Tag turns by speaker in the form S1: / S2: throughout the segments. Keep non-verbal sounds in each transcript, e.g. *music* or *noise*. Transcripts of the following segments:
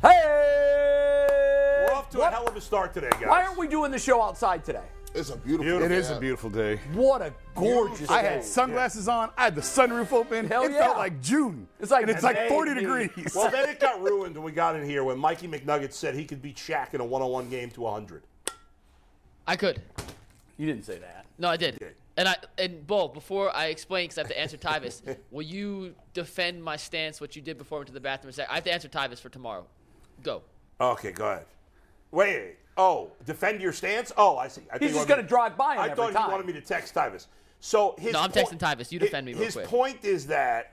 S1: Hey!
S2: We're off to
S1: What-
S2: a hell of a start today, guys.
S1: Why aren't we doing the show outside today?
S3: It's a beautiful.
S2: Beautiful.
S4: It is a beautiful day.
S1: What a gorgeous
S4: I
S1: day.
S4: had sunglasses on. I had the sunroof open.
S1: Hell
S4: it
S1: yeah.
S4: felt like June.
S1: It's like
S4: and it's
S1: May,
S4: like 40
S1: dude.
S4: degrees.
S2: Well, then it got ruined when we got in here when Mikey McNugget said he could beat Shaq in a one-on-one game to 100.
S5: I could.
S1: You didn't say that.
S5: No, I did. And I and Bo, before I explain, because I have to answer Tyvis, *laughs* will you defend my stance? What you did before I went to the bathroom? and said- I have to answer Tyvis for tomorrow. Go.
S2: Okay, go ahead. Wait. Oh, defend your stance? Oh, I see. I thought
S1: He's just
S2: you wanted
S1: gonna
S2: me-
S1: drive by him
S2: I
S1: every
S2: thought
S1: time.
S2: you wanted me to text Tyvis. So his
S5: No, I'm
S2: point-
S5: texting Tyvis. You
S2: hi-
S5: defend me real
S2: His
S5: quick.
S2: point is that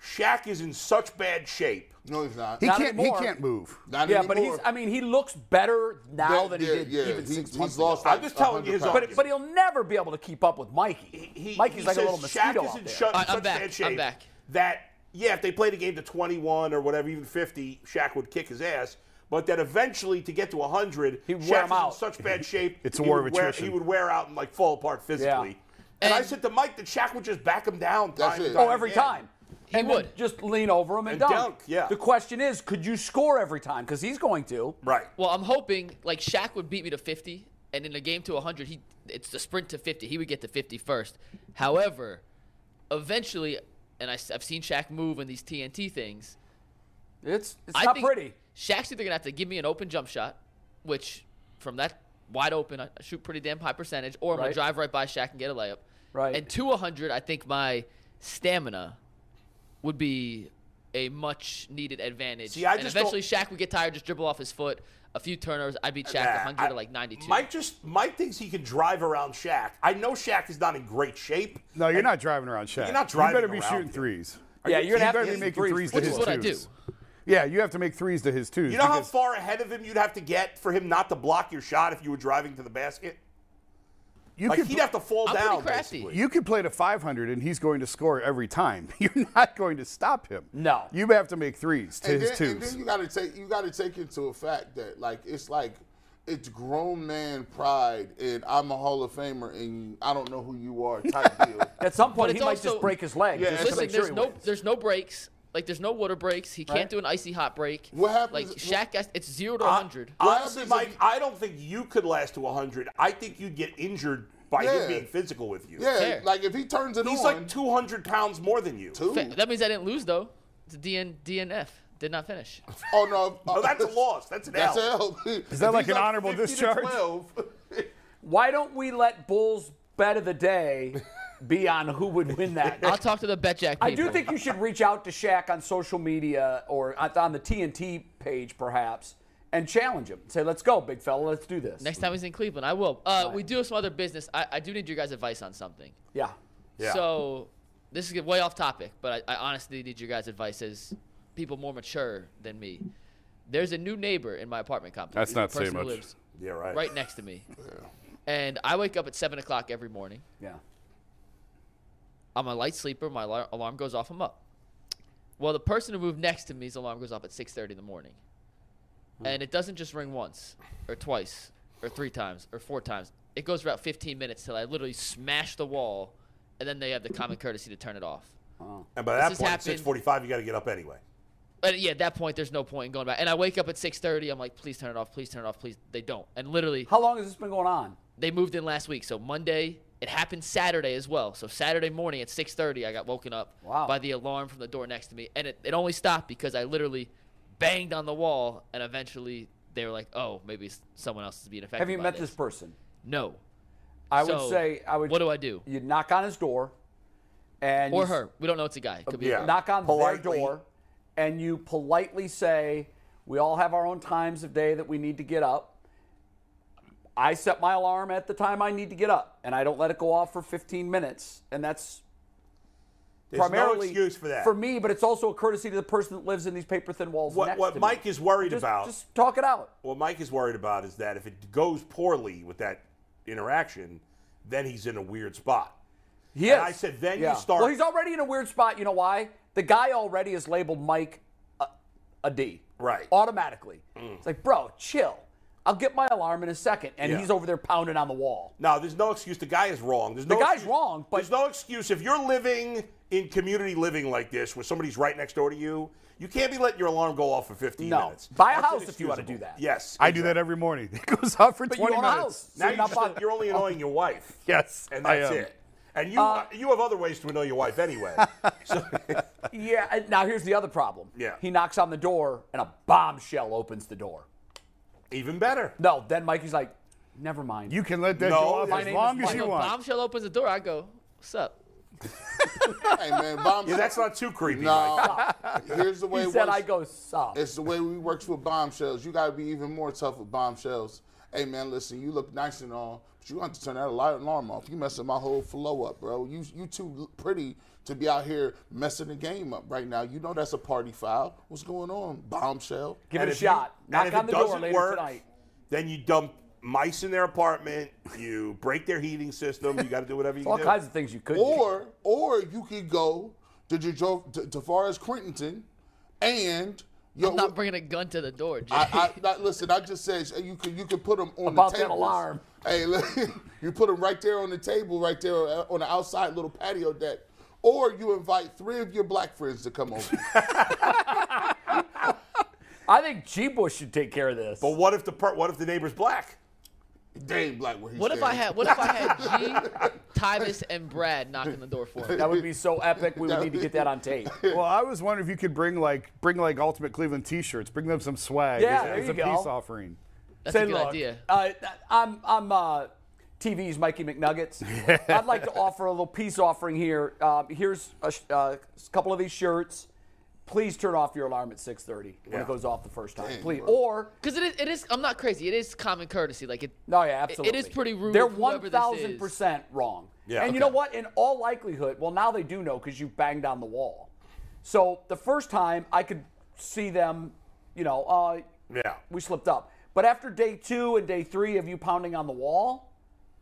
S2: Shaq is in such bad shape.
S3: No, he's not.
S4: he
S1: Not
S4: can't.
S1: anymore.
S4: He can't move.
S3: Not
S1: Yeah,
S3: anymore.
S1: but he's, I mean, he looks better now than he did even
S3: He-
S1: six
S3: he's
S1: months
S3: lost
S1: ago.
S3: like
S2: I'm just telling you his
S3: 100
S2: own-
S3: pounds.
S1: But, but he'll never be able to keep up with Mikey.
S2: He,
S1: Mikey's
S2: he
S1: like
S2: says
S1: a little
S2: Shaq
S1: mosquito
S2: is
S1: out
S2: in
S1: there.
S2: shut-
S5: I- I'm
S2: such
S5: back.
S2: bad shape
S5: I'm back.
S2: that yeah, if they played a game to 21 or whatever, even 50, Shaq would kick his ass. But that eventually, to get to 100,
S1: He'd wear
S2: Shaq
S1: him
S2: was in
S1: out.
S2: such
S1: *laughs*
S2: bad shape.
S4: It's a
S2: he
S4: war
S2: would
S4: of
S2: wear-
S4: attrition.
S2: he would wear out and like fall apart physically.
S1: Yeah.
S2: And, I
S5: And-
S2: said to Mike that Shaq would just back him down.
S3: That's
S2: Time
S3: it.
S2: and time
S1: Oh, every
S2: again.
S1: time.
S5: He
S1: And then
S5: would.
S1: Just lean over him and,
S2: And
S1: dunk.
S2: dunk, yeah.
S1: The question is, could you score every time? Because he's going to.
S2: Right.
S5: Well, I'm hoping like Shaq would beat me to 50, and in a game to 100, he it's the sprint to 50. He would get to 50 first. However, eventually, and I, have seen Shaq move in these TNT things.
S1: It's, it's
S5: I
S1: not
S5: think
S1: pretty.
S5: Shaq's either gonna have to give me an open jump shot, which from that wide open, I shoot pretty damn high percentage, or I'm
S1: Right.
S5: gonna drive right by Shaq and get a layup.
S1: Right.
S5: And to 100, I think my stamina would be a much needed advantage.
S2: See, I
S5: and
S2: just
S5: eventually Shaq would get tired, just dribble off his foot, a few turnovers. I beat Shaq
S2: Nah,
S5: 100
S2: I-
S5: to like 92.
S2: Mike just Mike thinks he can drive around Shaq. I know Shaq is not in great shape.
S4: No, you're not driving around, Shaq.
S2: You're not driving
S4: You better be
S2: around
S4: shooting
S2: him.
S4: threes.
S1: Yeah, you're gonna
S4: you
S1: have
S4: better
S1: to
S4: be
S1: hit
S4: making
S1: threes
S4: threes
S1: for
S4: to
S5: Which
S4: his
S5: is what I do.
S4: twos. Yeah, you have to make threes to his twos.
S2: You know how
S4: because-
S2: far ahead of him you'd have to get for him not to block your shot if you were driving to the basket?
S4: you
S2: Like
S4: could,
S2: he'd have to fall
S5: I'm pretty
S2: down.
S5: crafty.
S2: basically.
S4: You could play to 500, and he's going to score every time. *laughs* You're not going to stop him.
S1: No.
S4: You have to make threes to
S3: and
S4: his
S3: then,
S4: twos.
S3: and then you gotta take you gotta take into a fact that like it's like it's grown man pride and I'm a Hall of Famer and I don't know who you
S1: *laughs*
S3: are type deal.
S1: At some point,
S5: it's
S1: he might just
S5: also-
S1: break his leg.
S3: Yeah,
S1: just to
S3: it's-
S5: Listen,
S1: make sure
S5: there's
S1: he
S5: no
S1: wins.
S5: there's no breaks. Like there's no water breaks. He
S1: Right.
S5: can't do an icy hot break.
S3: What
S5: Like
S3: happens-
S5: Shaq, got- it's zero to
S2: I-
S5: 100.
S2: Honestly,
S3: happens
S2: Mike,
S3: if-
S2: I don't think you could last to 100. I think you'd get injured by
S3: Yeah.
S2: him being physical with you.
S3: Yeah,
S5: Fair.
S3: like if he turns it
S2: He's
S3: on,
S2: like 200 pounds more than you.
S3: two.
S5: Fa- That means I didn't lose though. It's a DN, DNF. Did not finish.
S4: *laughs*
S3: Oh no,
S1: *laughs*
S2: Oh,
S3: *laughs*
S2: that's a loss. That's an
S3: That's a
S2: L.
S3: L. Is
S4: that like an honorable discharge?
S1: Why don't we let Bulls bet of the day be on who would win that?
S5: *laughs* I'll talk to the BetJack people.
S1: I do think you should reach out to Shaq on social media or at- on the TNT page, perhaps, and challenge him. Say, let's go, big fella, let's do this.
S5: *laughs* Next time he's in Cleveland, I will. Uh, We do have some other business. I, I do need your guys' advice on something.
S1: Yeah.
S2: Yeah.
S5: So this is way off topic, but I, I honestly need your guys' advice as people more mature than me. There's a new neighbor in my apartment complex.
S4: That's
S5: The
S4: not saying
S5: person who
S4: much.
S5: lives
S2: Yeah, right.
S5: Right next to
S4: *laughs*
S5: me. And I wake up at seven o'clock every morning.
S1: Yeah.
S5: I'm a light sleeper. My alar- alarm goes off. I'm up. Well, the person who moved next to me's alarm goes off at 6:30 in the morning, and it doesn't just ring once, or twice, or three times, or four times. It goes for about 15 minutes till I literally smash the wall, and then they have the common courtesy to turn it off.
S2: And by that
S5: This has
S2: point, at
S5: happened-
S2: 6:45, you got to get up anyway.
S5: But yeah, at that point, there's no point in going back. And I wake up at 6:30. I'm like, please turn it off. Please turn it off. Please. They don't. And literally,
S1: How long has this been going on?
S5: they moved in last week. So Monday, it happened Saturday as well. So Saturday morning at 6:30, I got woken up
S1: Wow.
S5: by the alarm from the door next to me, and it, it only stopped because I literally banged on the wall, and eventually they were like, oh, maybe s- someone else is being affected.
S1: Have you
S5: by
S1: met this person?
S5: No.
S1: I
S5: So,
S1: would say I would.
S5: what do I do?
S1: You knock on his door, and
S5: Or
S1: you-
S5: her. We don't know it's a guy. It could be. a
S2: Yeah.
S5: girl.
S1: knock on
S2: Politely.
S1: their door and you politely say, We all have our own times of day that we need to get up. I set my alarm at the time I need to get up, and I don't let it go off for 15 minutes. And that's
S2: There's
S1: primarily
S2: no excuse for that.
S1: me, but it's also a courtesy to the person that lives in these paper thin walls.
S2: what
S1: next
S2: what
S1: to me.
S2: Mike is worried
S1: Just-
S2: about,
S1: Just talk it out.
S2: what Mike is worried about is that if it goes poorly with that interaction, then he's in a weird spot.
S1: Yes.
S2: I said, then you start-
S1: Well, he's already in a weird spot. You know why? The guy already is labeled Mike a, a D.
S2: Right. Mm.
S1: Automatically. It's like, bro, chill. I'll get my alarm in a second. And
S2: Yeah.
S1: he's over there pounding on the wall.
S2: No, there's no excuse. The guy is wrong. There's no
S1: The guy's
S2: excuse-
S1: wrong, but-
S2: there's no excuse if you're living in community living like this, where somebody's right next door to you. You can't be letting your alarm go off for 15
S1: No.
S2: minutes.
S1: Buy a
S2: That's
S1: house if you wanna do
S2: inexcusable.
S1: that.
S2: Yes,
S4: *laughs* I do that every morning. *laughs* It goes out for
S1: But you
S4: 20
S1: own a
S4: minutes.
S1: house.
S2: Now
S1: So
S2: you're,
S1: not Oh.
S2: just,
S1: buying-
S2: *laughs* you're only annoying your wife.
S4: Yes,
S2: and
S4: I
S2: that's
S4: am.
S2: it. And you
S1: Uh,
S2: you have other ways to annoy your
S1: *laughs*
S2: wife anyway. so,
S1: Yeah. and Now here's the other problem.
S2: Yeah.
S1: He knocks on the door and a bombshell opens the door.
S2: even better.
S1: No, then Mikey's like, never mind.
S4: You can let that
S2: No,
S4: go off
S2: my
S4: as
S2: name
S4: long
S2: is
S4: as
S2: Mike.
S5: Yo,
S4: you want.
S5: Bombshell opens the door. I go, what's up?
S3: hey man,
S1: *laughs*
S3: bomb.
S2: Yeah, that's not too creepy. Mike.
S3: No, here's the way
S1: he
S3: it
S1: said,
S3: works.
S1: I go, sup.
S3: It's the way we works with bombshells. You gotta be even more tough with bombshells. Hey man, listen, you look nice and all, but you have to turn that light alarm off. You messing my whole flow up, bro. You you too l- pretty to be out here messing the game up right now. You know that's a party foul. What's going on, bombshell?
S1: Give
S2: And
S1: it a
S2: if you-
S1: shot.
S2: and
S1: Knock
S2: if
S1: on
S2: it
S1: the door
S2: doesn't
S1: later
S2: work,
S1: tonight.
S2: Then you dump mice in their apartment. You break their heating system. You got to do whatever you
S1: All
S2: can
S1: kinds
S2: do.
S1: of things you could do.
S3: Or or you could go to Jajo to, to Forrest Crittenton and your,
S5: I'm not bringing a gun to the door, Jay.
S3: I, I not, listen. I just said you could you could put them on
S1: About
S3: the
S1: that
S3: table.
S1: alarm.
S3: Hey, look, *laughs* you put them right there on the table, right there uh, on the outside little patio deck, or you invite three of your black friends to
S2: *laughs*
S3: come over.
S1: I think G. Bush should take care of this.
S2: But what if the per- what if the neighbor's black?
S3: they ain't black where he's
S5: what if I
S3: standing.
S5: had what if I had G, Tybus, and Brad knocking the door for me?
S1: that would be so epic. We would need to get that on
S5: *laughs*
S1: tape.
S4: Well, I was wondering if you could bring like bring like Ultimate Cleveland T-shirts. Bring them some swag.
S1: Yeah,
S4: as,
S1: there
S4: as
S1: you
S4: a
S1: go.
S4: peace offering.
S5: That's
S1: Say,
S5: a good
S1: look,
S5: idea.
S1: Uh, I'm, I'm uh, TV's Mikey
S5: *laughs*
S1: McNuggets. I'd like to offer a little peace offering here. Um, here's a sh- uh, s- couple of these shirts. Please turn off your alarm at 6:30 when
S2: Yeah.
S1: it goes off the first time,
S3: Dang,
S1: please.
S3: bro.
S1: Or
S5: Because it is, it is. I'm not crazy. It is common courtesy. Like it.
S1: no, yeah,
S5: it-
S1: absolutely.
S5: It is pretty rude.
S1: They're
S5: of whoever this is.
S1: 1,000 percent wrong.
S2: Yeah,
S1: and you
S2: okay.
S1: know what? In all likelihood, well, now they do know because you banged on the wall. So the first time, I could see them, you know, uh,
S2: Yeah.
S1: we slipped up. But after day two and day three of you pounding on the wall,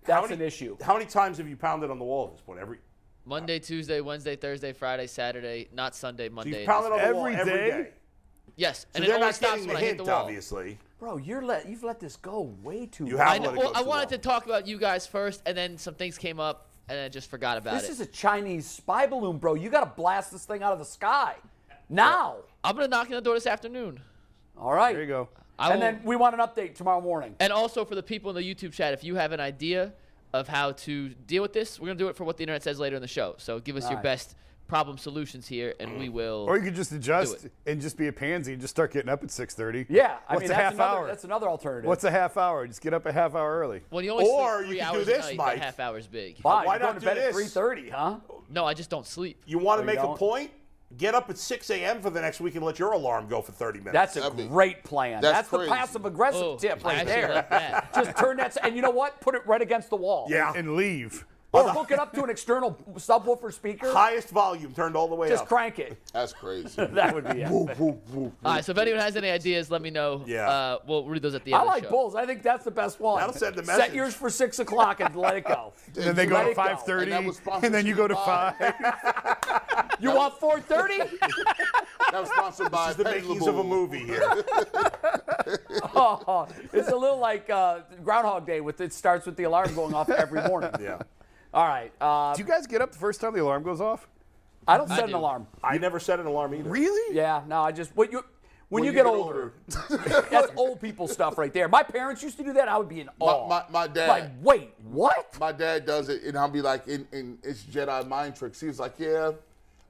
S2: How
S1: that's
S2: many-
S1: an issue.
S2: How many times have you pounded on the wall at this point? Every
S5: Monday, Tuesday, Wednesday, Thursday, Friday, Saturday. Not Sunday,
S2: you've
S5: Monday.
S2: pounded on the wall
S4: Every
S2: every
S4: day?
S2: day.
S5: yes,
S2: So
S5: and it
S2: they're
S5: only
S2: not
S5: stops
S2: getting
S5: when
S2: the
S5: I hit
S2: hint,
S5: the wall.
S2: obviously.
S1: Bro, you're let you've let this go way too
S2: You
S1: long.
S2: have
S5: I, know,
S2: let it go
S5: well, I
S2: too
S5: wanted
S2: long.
S5: to talk about you guys first, and then some things came up, and then I just forgot about
S1: This
S5: it.
S1: is a Chinese spy balloon, bro. You got to blast this thing out of the sky now.
S5: I'm gonna knock on the door this afternoon.
S1: All right.
S4: There you go.
S5: I
S1: and
S5: will-
S1: then we want an update tomorrow morning.
S5: And also for the people in the YouTube chat, if you have an idea of how to deal with this, we're gonna do it for what the internet says later in the show. So give us your best problem solutions here,
S2: *clears throat*
S5: and we will.
S4: Or you could just adjust
S5: it.
S4: and just be a pansy and just start getting up at 6:30.
S1: Yeah, I
S4: What's
S1: mean
S4: a
S1: that's
S4: half
S1: another
S4: hour?
S1: that's another alternative.
S4: What's a half hour? Just get up a half hour early.
S5: Well, you only sleep
S2: Or you
S5: three
S2: could do
S5: hours a
S2: this,
S5: night,
S2: Mike.
S5: That half hour's big.
S1: why?
S2: Why
S1: You're going
S2: not
S1: to bed
S2: do
S1: at
S2: this?
S1: 3:30, huh?
S5: No, I just don't sleep.
S2: You want to
S1: you
S2: make a
S1: don't.
S2: point? Get up at 6 a.m. for the next week and let your alarm go for 30 minutes.
S1: That's a
S3: That'd be-
S1: great plan.
S3: that's
S1: That's, the
S3: crazy.
S1: passive aggressive
S5: Oh,
S1: tip
S5: I
S1: right
S5: actually
S1: there.
S2: *laughs*
S5: like
S1: *laughs*
S5: that.
S1: Just turn that and you know what? Put it right against the wall.
S2: yeah.
S4: And leave.
S1: Or hook it up to an external subwoofer speaker.
S2: Highest volume turned all the way
S1: Just
S2: up.
S1: crank it. *laughs*
S3: That's crazy.
S1: That would be it.
S5: All right, so if anyone has any ideas, let me know.
S2: Yeah.
S5: Uh, we'll read those at the end.
S1: I
S5: of the
S1: like
S5: show.
S1: bulls. I think that's the best one.
S2: That'll send the
S1: Set
S2: message.
S1: yours for six o'clock and let it go.
S4: And then they go
S1: Let
S4: to
S1: it go.
S4: 5:30,
S3: And that was
S4: and, then you go to
S3: sponsored
S4: five.
S1: *laughs* You want four thirty?
S3: That was sponsored
S2: *laughs*
S3: by
S2: This is the
S3: Pay
S2: makings of a
S3: Laboon.
S2: movie here.
S1: *laughs* Oh, it's a little like uh, Groundhog Day. With it starts with the alarm going off every morning.
S2: yeah.
S1: All right. Uh,
S4: Do you guys get up the first time the alarm goes off?
S1: I don't set an
S5: do.
S1: alarm.
S2: I never set an alarm either.
S4: Really?
S1: Yeah. No, I just when you when, you, get, older, *laughs* that's old people stuff right there. My parents used to do that. I would be in awe.
S3: my- my dad-
S1: Like, wait, what?
S3: My dad does it, and I'll be like, and, and it's Jedi mind tricks. He was like, yeah,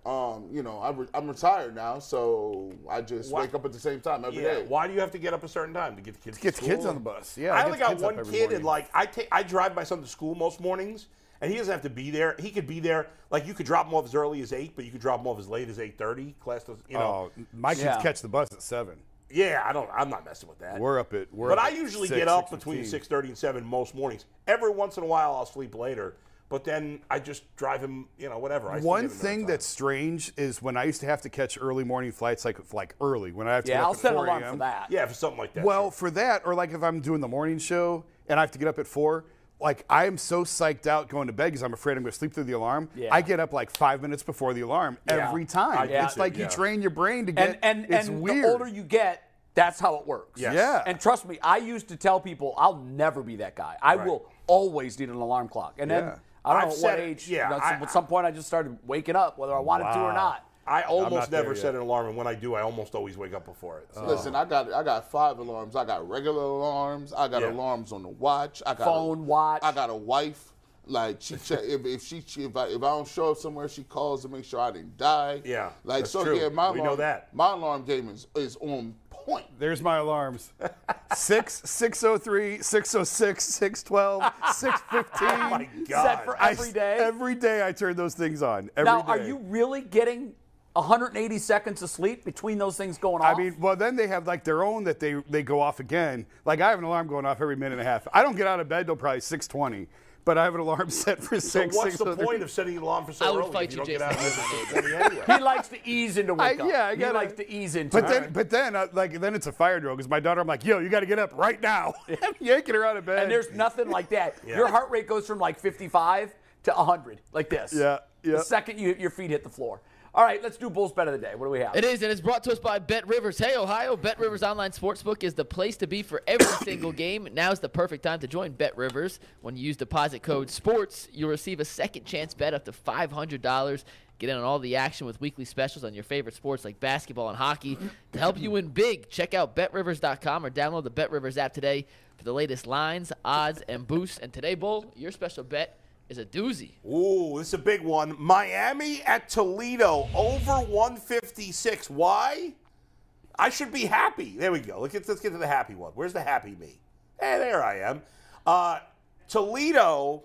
S3: Um, you know, I re- I'm retired now, so I just
S2: Why-
S3: wake up at the same time every day.
S2: Yeah. Why do you have to get up a certain time to get the kids?
S4: Get the
S2: to
S4: kids
S2: school?
S4: on the bus. Yeah.
S2: I
S4: get
S2: only
S4: the
S2: got
S4: kids up
S2: one
S4: every
S2: kid, and
S4: morning.
S2: like I take, I drive my son to school most mornings, and he doesn't have to be there. He could be there. Like you could drop him off as early as eight, but you could drop him off as late as eight thirty. Class doesn't, you know.
S4: Oh, my kids
S1: Yeah.
S4: catch the bus at seven.
S2: Yeah, I don't. I'm not messing with that.
S4: We're up at. We're
S2: but
S4: up
S2: I
S4: at
S2: usually
S4: six,
S2: get up
S4: 6:15.
S2: between six thirty and seven most mornings. Every once in a while, I'll sleep later, but then I just drive him. You know, whatever. I still
S4: One
S2: give him enough
S4: thing
S2: time.
S4: that's strange is when I used to have to catch early morning flights, like like early when I have to. get
S1: Yeah,
S4: up
S1: I'll
S4: at
S1: set an
S4: 4
S1: alarm
S4: a.m.
S1: for that.
S2: yeah for something like that.
S4: Well,
S2: sure.
S4: for that, or like if I'm doing the morning show and I have to get up at four, like I am so psyched out going to bed because I'm afraid I'm going to sleep through the alarm.
S1: Yeah.
S4: I get up like five minutes before the alarm every time.
S2: I
S4: It's
S2: do
S4: like
S2: too,
S4: you
S2: yeah.
S4: train your brain to
S1: And
S4: get.
S1: and
S4: it's
S1: and
S4: weird.
S1: the older you get, that's how it works.
S2: Yes.
S4: Yeah.
S1: And trust me, I used to tell people I'll never be that guy. I
S2: Right.
S1: will always need an alarm clock. And
S4: Yeah.
S1: then I don't
S2: I've
S1: know at
S2: said
S1: what
S2: it,
S1: age.
S2: yeah,
S1: you know,
S2: I-
S1: at some point I just started waking up whether I wanted to or
S4: Wow.
S1: not.
S2: I
S4: not
S2: almost
S4: there
S2: never
S4: yet.
S2: set an alarm, and when I do, I almost always wake up before it. So.
S3: Listen, I got I got five alarms. I got regular alarms. I got
S2: Yeah.
S3: alarms on the watch. I got
S1: Phone,
S3: a,
S1: watch.
S3: I got a wife. Like she check if, if she if I, if I don't show up somewhere, she calls to make sure I didn't die.
S2: Yeah,
S3: Like
S2: that's
S3: so
S2: true.
S3: yeah, my
S2: We know
S3: alarm,
S2: that.
S3: my alarm game is, is on point.
S4: There's my alarms. oh 6, 603, 606, 612,
S1: *laughs*
S4: 615.
S2: Oh my
S1: Set
S2: God!
S1: for
S4: I-
S1: every day.
S4: Every day I turn those things on. Every
S1: now, are
S4: day.
S1: you really getting 180 seconds of sleep between those things going on?
S4: I mean, well, then they have like their own that they they go off again. Like I have an alarm going off every minute and a half. I don't get out of bed till probably six twenty, but I have an alarm *laughs* set for
S2: So
S4: six.
S2: what's the
S4: 6:03.
S2: point of setting an alarm for so
S5: I would
S2: early if
S5: fight
S2: you
S5: you,
S2: don't get out of
S5: Jason.
S2: bed until 6:30
S1: he
S2: anyway?
S1: likes to ease into
S4: I-
S1: wake up.
S4: yeah, I
S1: he
S4: gotta-
S1: likes to ease into
S4: But
S1: it.
S4: then, but then, uh, like then it's a fire drill because my daughter, I'm like, yo, you got to get up right now. *laughs* I'm yanking her out of bed.
S1: and there's nothing like
S4: *laughs*
S1: that. Your heart rate goes from like 55 to 100, like this.
S4: Yeah, yeah.
S1: The second you, your feet hit the floor. All right, let's do Bulls bet of the day. What do we have?
S5: It is, and it's brought to us by Bet Rivers. Hey, Ohio, Bet Rivers Online Sportsbook is the place to be for
S1: *coughs*
S5: every single game. Now's the perfect time to join Bet Rivers. When you use deposit code SPORTS, you'll receive a second chance bet up to $500. Get in on all the action with weekly specials on your favorite sports like basketball and hockey. To help you win big, check out BetRivers.com or download the Bet Rivers app today for the latest lines, odds, and boosts. And today, Bull, your special bet is a doozy.
S2: *laughs* Ooh, this is a big one. Miami at Toledo over 156. Why? I should be happy. There we go. Let's get, let's get to the happy one. Where's the happy me? Hey, there I am. Uh, Toledo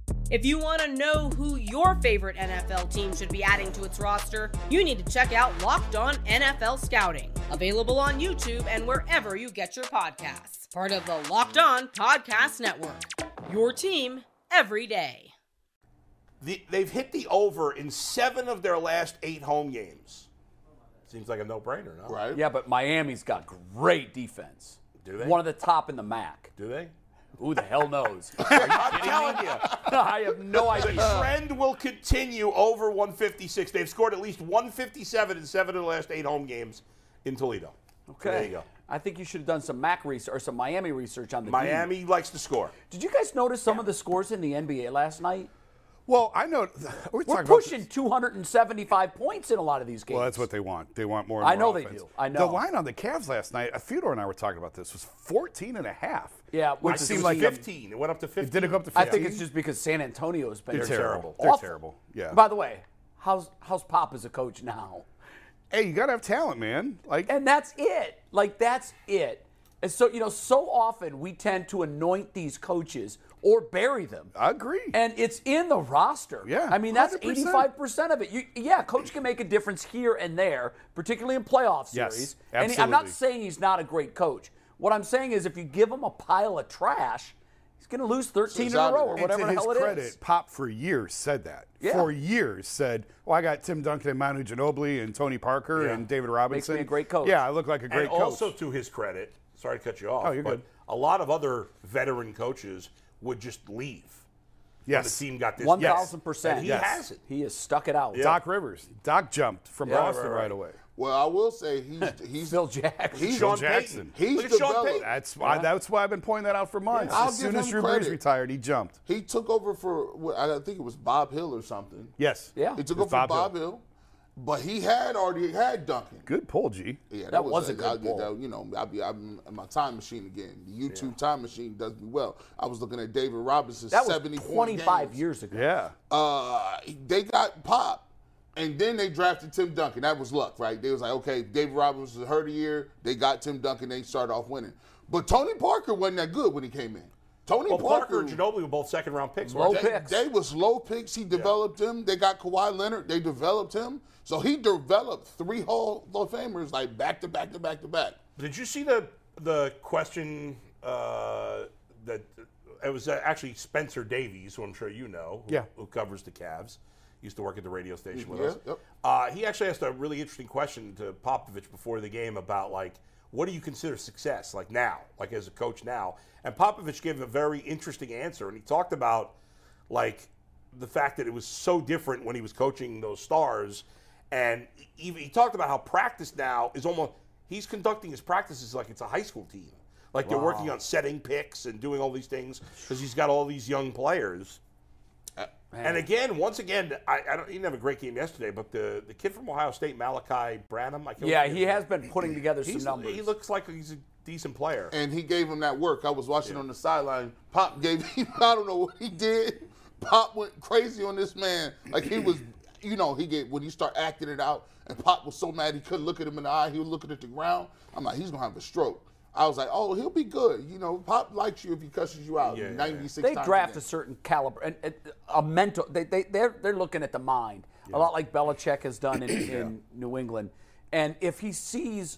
S6: If you want to know who your favorite NFL team should be adding to its roster, you need to check out Locked On NFL Scouting, available on YouTube and wherever you get your podcasts. Part of the Locked On Podcast Network. Your team every day.
S2: the, they've hit the over in seven of their last eight home games. Seems like a no-brainer, no?
S3: Right?
S1: yeah, but Miami's got great defense.
S2: Do they?
S1: One of the top in the MAC.
S2: Do they?
S1: Who the hell
S4: *laughs*
S1: knows? Are you
S2: *laughs* I'm telling you.
S1: kidding? I have no
S2: *laughs* The
S1: idea.
S2: trend will continue over 156. They've scored at least 157 in seven of the last eight home games in Toledo.
S1: Okay.
S2: There you go.
S1: I think you should have done some MAC research or some Miami research on the D.
S4: Hmm.
S2: Miami likes to score.
S1: Did you guys notice some of the scores in the NBA last night?
S4: well, I know. *sighs*
S1: We're
S4: We're, talking about
S1: pushing 275 points in a lot of these games.
S4: Well, that's what they want. They want more. And
S1: I
S4: more
S1: know they
S4: offense.
S1: do. I
S4: The
S1: know.
S4: line on the Cavs last night, uh, Theodore and I were talking about this, was 14 and a half.
S1: Yeah,
S4: which
S1: I
S2: It
S1: think
S4: seemed
S2: was
S1: it
S4: like a-
S2: 15. It went up to 15.
S4: It did it go up to 15?
S1: I think it's just because San Antonio has been
S4: They're terrible. They're
S1: Awful.
S4: terrible. Yeah.
S1: By the way, how's how's Pop as a coach now?
S4: hey, you gotta have talent, man. Like
S1: And that's it. Like that's it. And so you know, so often we tend to anoint these coaches or bury them.
S4: I agree.
S1: And it's in the roster.
S4: Yeah,
S1: I mean, that's
S4: 100%.
S1: 85% of it. You, yeah, coach can make a difference here and there, particularly in playoff
S4: Yes,
S1: series. and he- I'm
S4: absolutely.
S1: not saying he's not a great coach. What I'm saying is if you give him a pile of trash, he's going to lose 13 in a
S3: Exactly.
S1: row or
S3: And
S4: And
S1: whatever
S4: to
S1: the
S4: his
S1: hell it is.
S4: credit, Pop for years said that.
S1: Yeah.
S4: For years said, "Well, I got Tim Duncan and Manu Ginobili and Tony Parker
S2: Yeah.
S4: and David Robinson.
S1: a great coach.
S4: Yeah, I look like a great
S2: and
S4: coach.
S2: also to his credit, sorry to cut you off,
S4: Oh, you're
S2: but
S4: good.
S2: a lot of other veteran coaches would just leave. The
S4: yes,
S2: team got this.
S1: One
S2: bad.
S1: thousand percent.
S2: And he
S4: Yes.
S2: has it.
S1: He has stuck it out.
S4: Doc Rivers. Doc jumped from
S1: Yeah,
S4: Boston
S1: right,
S4: right,
S1: right.
S4: away.
S3: Well, I will say he's
S2: *laughs*
S3: he's
S1: Phil Jackson.
S3: He's Sean
S4: Sean Jackson.
S3: He's
S2: Look at Sean
S3: developed-
S2: Payton.
S4: That's why. That's why I've been pointing that out for months.
S3: I'll
S4: as
S3: give
S4: soon as
S3: him
S4: Drew Brees
S3: credit.
S4: retired, he jumped.
S3: He took over for what- I think it was Bob Hill or something.
S4: Yes.
S1: Yeah.
S3: He took
S4: It's
S3: over for
S4: Bob Hill.
S3: Bob Hill. but he had already had Duncan.
S4: Good pull, G.
S3: Yeah, that,
S1: That
S3: was,
S1: was a
S3: a
S1: good
S3: I'll get
S1: pull.
S3: that. You know, I'll be I'm in my time machine again. The YouTube time machine does me well. I was looking at David Robinson's
S1: That was
S3: 70 point
S1: 25
S3: games.
S1: years ago.
S4: Yeah.
S3: Uh, they got Pop, and then they drafted Tim Duncan. That was luck, right? They was like, okay, David Robbins was hurt a year. They got Tim Duncan. They started off winning. But Tony Parker wasn't that good when he came in. Tony
S2: Well, Parker
S3: Parker,
S2: and Ginobili were both second round picks.
S1: Low
S2: weren't
S3: they,
S2: they?
S1: picks.
S3: they was low picks. He developed them. They got Kawhi Leonard. They developed him. So he developed three Hall of Famers like back to back to back to back.
S2: Did you see the the question uh, that it was uh, actually Spencer Davies, who I'm sure you know, who,
S4: Yeah.
S2: who covers the Cavs, used to work at the radio station with
S3: Yeah,
S2: us.
S3: yep.
S2: Uh, he actually asked a really interesting question to Popovich before the game about like, what do you consider success like now, like as a coach now? And Popovich gave a very interesting answer, and he talked about like the fact that it was so different when he was coaching those stars, and e, he, he talked about how practice now is almost he's conducting his practices like it's a high school team, like they're working on setting picks and doing all these things because he's got all these young players.
S1: Uh,
S2: And again, once again, I, I don't, he didn't have a great game yesterday, but the, the kid from Ohio State, Malachi Branham, I can't
S1: Yeah,
S2: remember
S1: he
S2: his
S1: has
S2: name.
S1: been putting together some
S2: He's-
S1: numbers.
S2: He looks like he's a decent player.
S3: and he gave him that work. I was watching on the sideline. Pop gave *laughs* him, I don't know what he did. Pop went crazy on this man. Like
S2: *clears throat*
S3: he was, you know, he get when he start acting it out, and Pop was so mad he couldn't look at him in the eye. He was looking at the ground. I'm like, he's gonna have a stroke. I was like, oh, he'll be good. You know, Pop likes you if he cusses you out.
S2: Yeah, yeah, yeah.
S3: 96
S1: they
S3: times
S1: draft
S3: game.
S1: a certain caliber and, and a mental they, they they're they're looking at the mind a lot like Belichick has
S4: *clears throat*
S1: done in, in New England and if he sees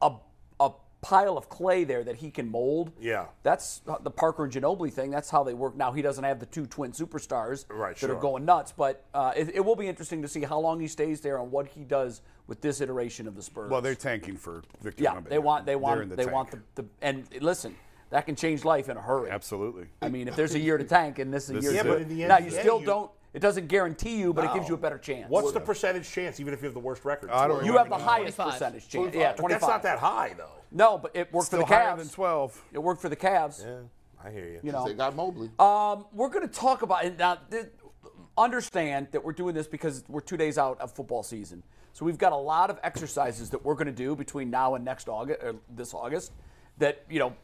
S1: a a pile of clay there that he can mold
S2: Yeah.
S1: that's the Parker and Ginobili thing that's how they work now he doesn't have the two twin superstars
S2: Right,
S1: that
S2: sure.
S1: are going nuts but uh, it, it will be interesting to see how long he stays there and what he does with this iteration of the Spurs
S4: Well, they're tanking for Victor.
S1: yeah
S4: Wembanyama.
S1: they want they
S4: They're in
S1: want
S4: the
S1: they
S4: tank.
S1: want the, the and listen that can change life in a hurry
S4: Absolutely.
S1: I mean, if there's a year to tank and this is a
S4: This
S1: year to
S4: is Yeah,
S1: do
S4: but
S1: it.
S2: in the
S1: now you
S2: NBA,
S1: still
S2: you-
S1: don't. It doesn't guarantee you, but it gives
S2: No.
S1: you a better chance.
S2: What's the percentage chance, even if you have the worst record?
S4: I don't
S2: Scoring
S1: you
S4: know.
S1: have the
S2: record?
S1: highest
S5: 25.
S1: percentage chance. Yeah,
S2: But
S1: twenty-five.
S2: that's not that high, though.
S1: No, but it worked
S4: Still
S1: for the
S4: higher than
S1: Cavs.
S4: 12.
S1: It worked for the Cavs.
S2: I hear you.
S1: You know,
S3: They got Mobley.
S1: Uh, we're going to talk about and now. th- understand that we're doing this because we're two days out of football season, so we've got a lot of exercises that we're going to do between now and next August, or this August, that you know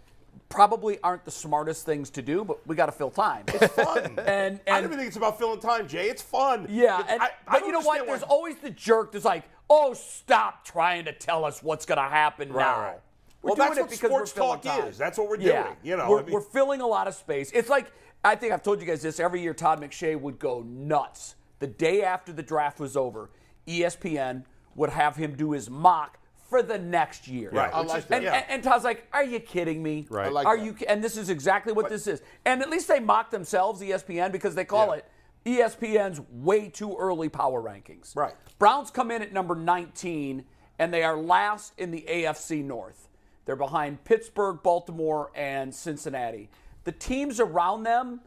S1: probably aren't the smartest things to do, but we got to fill time. and
S2: fun. I
S1: and
S2: don't even think it's about filling time, Jay. It's fun.
S1: Yeah,
S2: It's-
S1: and,
S2: I- I
S1: but
S2: don't
S1: you know what?
S2: understand
S1: There's
S2: why-
S1: always the jerk that's like, "Oh, stop trying to tell us what's going to happen now."
S2: right.
S1: We're
S2: Well,
S1: doing
S2: that's
S1: it
S2: what
S1: because
S2: sports
S1: we're filling
S2: talk
S1: time.
S2: is. That's what we're
S1: yeah.
S2: doing, you know,
S1: we're,
S2: I mean-
S1: we're filling a lot of space. It's like I think I've told you guys this every year. Todd McShay would go nuts the day after the draft was over. E ESPN would have him do his mock for the next year.
S2: Right. I
S1: Which
S3: like
S1: is-
S3: that.
S1: And,
S2: Yeah.
S1: and, and Todd's like, "Are you kidding me?
S4: Right. I
S3: like
S1: Are
S3: that.
S1: you?" ki- And this is exactly what this is. And at least they mock themselves, E ESPN, because they call
S2: Yeah.
S1: it. E ESPN's way too early power rankings.
S2: Right.
S1: Browns come in at number 19, and they are last in the AFC North. They're behind Pittsburgh, Baltimore, and Cincinnati. The teams around them,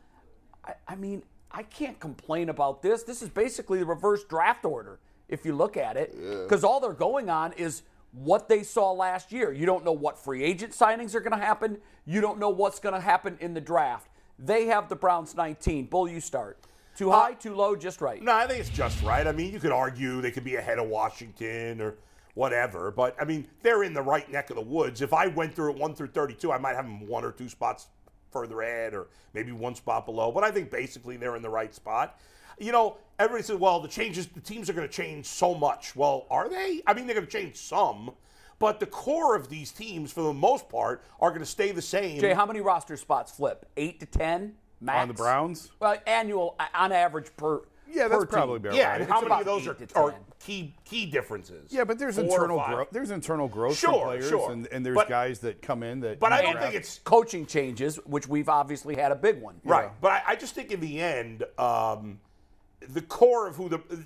S1: I, I mean, I can't complain about this. This is basically the reverse draft order, if you look at it, because all they're going on is what they saw last year. You don't know what free agent signings are going to happen, you don't know what's going to happen in the draft. They have the Browns 19. Bull, you start. Too high, too low, just right.
S2: Uh, No, I think it's just right. I mean, you could argue they could be ahead of Washington or whatever, but I mean, they're in the right neck of the woods. If I went through it one through thirty-two, I might have them one or two spots further ahead, or maybe one spot below. But I think basically they're in the right spot. You know, everybody says, "Well, the changes, the teams are going to change so much." Well, are they? I mean, they're going to change some, but the core of these teams, for the most part, are going to stay the same.
S1: Jay, how many roster spots flip? Eight to ten max.
S4: On the Browns?
S1: Well, annual uh, on average per.
S4: Yeah, that's
S1: per team.
S4: probably better.
S2: yeah, and how many
S1: about
S2: of those
S1: eight
S2: are,
S1: to
S2: are
S1: 10.
S2: key key differences?
S4: Yeah, but there's
S2: Four or
S4: internal
S2: five.
S4: growth. There's internal growth
S2: Sure,
S4: for players,
S2: sure.
S4: and, and there's
S2: But-
S4: guys that come in that.
S2: But I
S4: you
S2: don't
S4: know,
S2: think
S4: have-
S2: it's
S1: coaching changes, which we've obviously had a big one.
S2: Right. But I, I just think in the end, um, the core of who the, the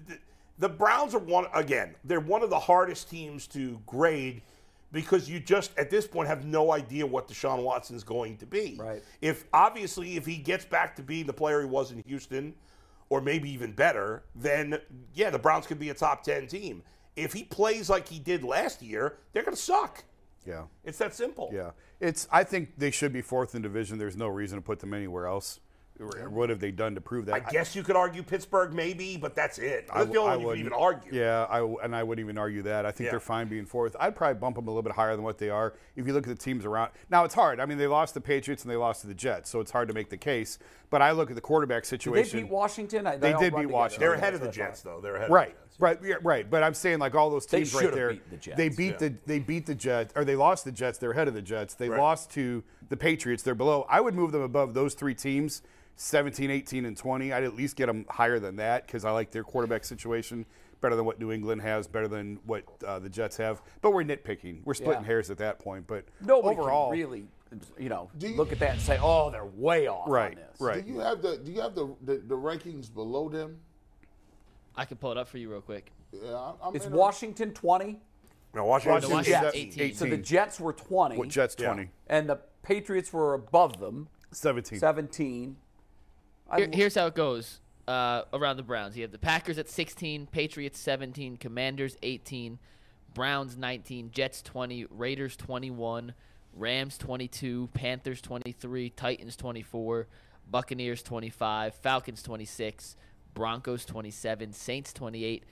S2: the Browns are one again. They're one of the hardest teams to grade because you just at this point have no idea what Deshaun Watson's going to be.
S1: Right.
S2: If obviously if he gets back to being the player he was in Houston, or maybe even better, then yeah, the Browns could be a top ten team. If he plays like he did last year, they're going to suck.
S4: Yeah.
S2: It's that simple.
S4: Yeah, it's. I think they should be fourth in division. There's no reason to put them anywhere else. Or What have they done to prove that?
S2: I guess you could argue Pittsburgh maybe, but that's it. That's the only one you can even
S4: wouldn't-
S2: argue.
S4: Yeah, I w- and I wouldn't even argue that. I think
S2: Yeah.
S4: they're fine being fourth. I'd probably bump them a little bit higher than what they are. If you look at the teams around, now it's hard. I mean, they lost the Patriots and they lost to the Jets, so it's hard to make the case. But I look at the quarterback
S1: They
S4: situation.
S1: beat Washington. I-
S4: They
S1: all
S4: did
S1: run
S4: beat
S1: together.
S4: Washington.
S2: They're
S4: Yeah,
S2: ahead of the
S1: that's what I
S2: Jets, though. They're ahead.
S4: Right,
S2: Of the Jets.
S4: right, yeah, right. But I'm saying like all those
S1: They
S4: teams right
S1: should've
S4: there.
S1: beat the Jets.
S4: They beat the they beat the Jets or they lost the Jets. They're ahead of the Jets. They lost to the Patriots. They're below. I would move them above those three teams, 17, 18, and 20. I'd at least get them higher than that because I like their quarterback situation better than what New England has, better than what uh, the Jets have. But we're nitpicking. We're splitting
S1: Yeah.
S4: hairs at that point. But
S1: Nobody
S4: overall,
S1: can really, you know,
S3: you-
S1: look at that and say, oh, they're way off. on
S4: right,
S1: this."
S4: right.
S3: Do you have the Do you have the the, the rankings below them?
S5: I can pull it up for you real quick.
S3: Yeah, I- I'm
S1: It's
S3: in a-
S1: Washington 20.
S2: No, Washington.
S5: Washington-
S4: Jets,
S5: Jets, 18.
S1: So the Jets were 20.
S4: What, Jets 20,
S1: And the Patriots were above them,
S4: 17.
S1: 17. I,
S5: Here- here's how it goes uh, around the Browns. You have the Packers at 16, Patriots 17, Commanders 18, Browns 19, Jets 20, Raiders 21, Rams 22, Panthers 23, Titans 24, Buccaneers 25, Falcons 26, Broncos 27, Saints 28.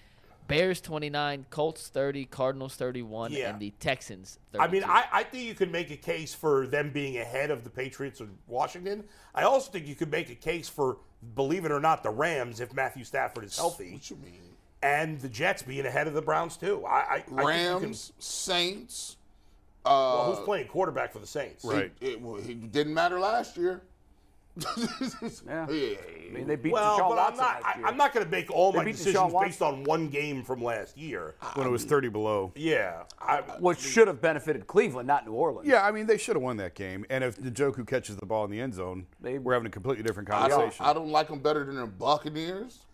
S5: Bears 29, Colts 30, Cardinals 31,
S2: Yeah.
S5: and the Texans 32.
S2: I mean, I, I think you could make a case for them being ahead of the Patriots and Washington. I also think you could make a case for, believe it or not, the Rams if Matthew Stafford is healthy.
S3: What you mean?
S2: and the Jets being ahead of the Browns too. I, I I think you can-
S3: Rams, Saints. Uh,
S2: well, who's playing quarterback for the Saints?
S4: Right.
S3: It, it, well, it didn't matter last year.
S1: yeah. I mean,
S3: yeah.
S1: they beat
S2: Well,
S1: Deshaun
S2: but
S1: Watson
S2: I'm not.
S1: last
S2: I,
S1: year.
S2: I'm not going to make all my
S1: beat Deshaun
S2: decisions based
S1: Watson. Ah.
S2: on one game from last year.
S4: when it was 30 below.
S2: Yeah. I,
S1: Which should have benefited Cleveland, not New Orleans.
S4: Yeah, I mean they should have won that game. And if Njoku catches the ball in the end zone,
S1: They-
S4: we're having a completely different
S3: I
S4: conversation.
S3: don't, I don't like them better than the Buccaneers.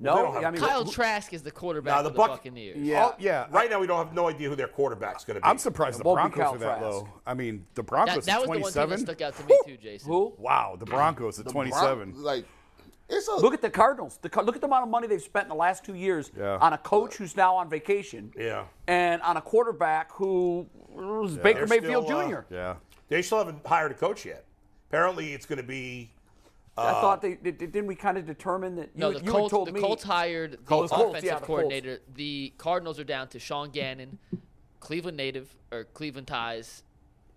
S2: They
S1: No,
S2: don't have
S1: I mean,
S5: Kyle Trask is the quarterback
S2: Now,
S5: of
S2: the
S5: the
S2: Buc-
S5: Buccaneers.
S4: yeah, yeah.
S2: right now, we don't have no idea who their quarterback's going to be.
S4: I'm surprised the
S1: won't be
S4: Broncos
S1: Kyle
S4: are that
S1: Trask.
S4: low. I mean, the
S5: That,
S4: Broncos
S5: that
S4: at
S5: was the one thing that
S4: 27.
S5: stuck out to me too, Jason.
S1: who?
S4: wow, the Broncos at
S3: The
S4: 27.
S3: Bron- like, it's a
S1: Look at the Cardinals. The, Car- look at the amount of money they've spent in the last two years
S4: Yeah.
S1: on a coach who's now on vacation.
S2: Yeah.
S1: And on a quarterback who was Baker
S2: They're
S1: Mayfield
S2: still, uh,
S1: Jr.
S4: yeah,
S2: They still haven't hired a coach yet. Apparently, it's going to be.
S1: I
S3: Uh,
S1: thought they did- didn't. We kind of determine that you,
S5: No,
S1: you
S5: the
S1: had
S5: Colts.
S1: told
S5: The
S1: me
S5: Colts hired the
S1: Colts, Colts, yeah,
S5: offensive
S1: the Colts.
S5: coordinator. The Cardinals are down to Sean Gannon, Cleveland native or Cleveland ties,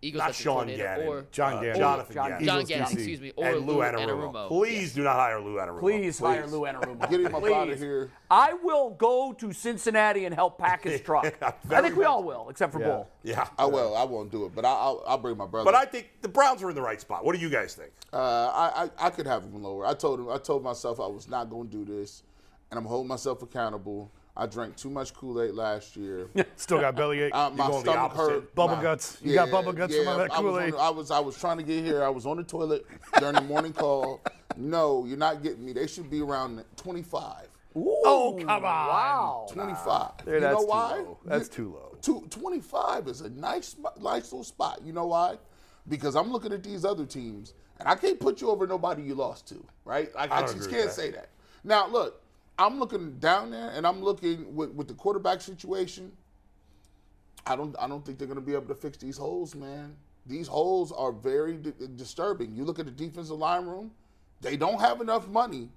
S5: Eagles
S2: Not
S5: offensive
S2: Sean
S5: coordinator,
S2: Gannon.
S5: or
S4: John
S2: uh,
S4: Gannon.
S2: Jonathan
S1: John-
S2: Gannon.
S5: John
S4: Eagles
S5: Gannon,
S4: DC.
S5: excuse me, or
S2: and Lou Anarumo.
S5: Anarumo.
S2: Please do not hire Lou Anarumo.
S1: Please, hire Lou Anarumo.
S3: *laughs* Get him up
S1: Please.
S3: outta here.
S1: I will go to Cincinnati and help pack
S3: *laughs*
S1: his truck. I
S2: very
S1: think we
S2: much.
S1: all will, except for Bull.
S2: Yeah.
S3: I will. I won't do it, but I, I'll, I'll bring my brother.
S2: But I think the Browns are in the right spot. What do you guys think?
S3: Uh, I, I I could have them lower. I told him I told myself I was not going to do this, and I'm holding myself accountable. I drank too much Kool Aid last year.
S4: still got bellyache.
S3: Uh, my
S2: going the
S3: stomach
S2: opposite.
S3: hurt.
S4: Bubble
S3: My-
S4: guts. You got bubble guts from all that
S3: I was on
S4: Kool-Aid.
S3: the- I was I was trying to get here. I was on the toilet during the morning call. No, you're not getting me. They should be around 25.
S1: oh, come on. Wow.
S3: 25.
S4: Yeah,
S3: you
S4: that's
S3: know
S4: too
S3: why?
S4: low. That's
S3: You-
S4: too low.
S3: Two, 25 is a nice, sp- nice little spot. You know why? Because I'm looking at these other teams, and I can't put you over nobody you lost to, right? Like, I,
S2: don't
S3: just
S2: agree with that.
S3: can't say that. Now, look, I'm looking down there, and I'm looking with, with the quarterback situation. I don't, I don't think they're going to be able to fix these holes, man. These holes are very di- disturbing. You look at the defensive line room; they don't have enough money.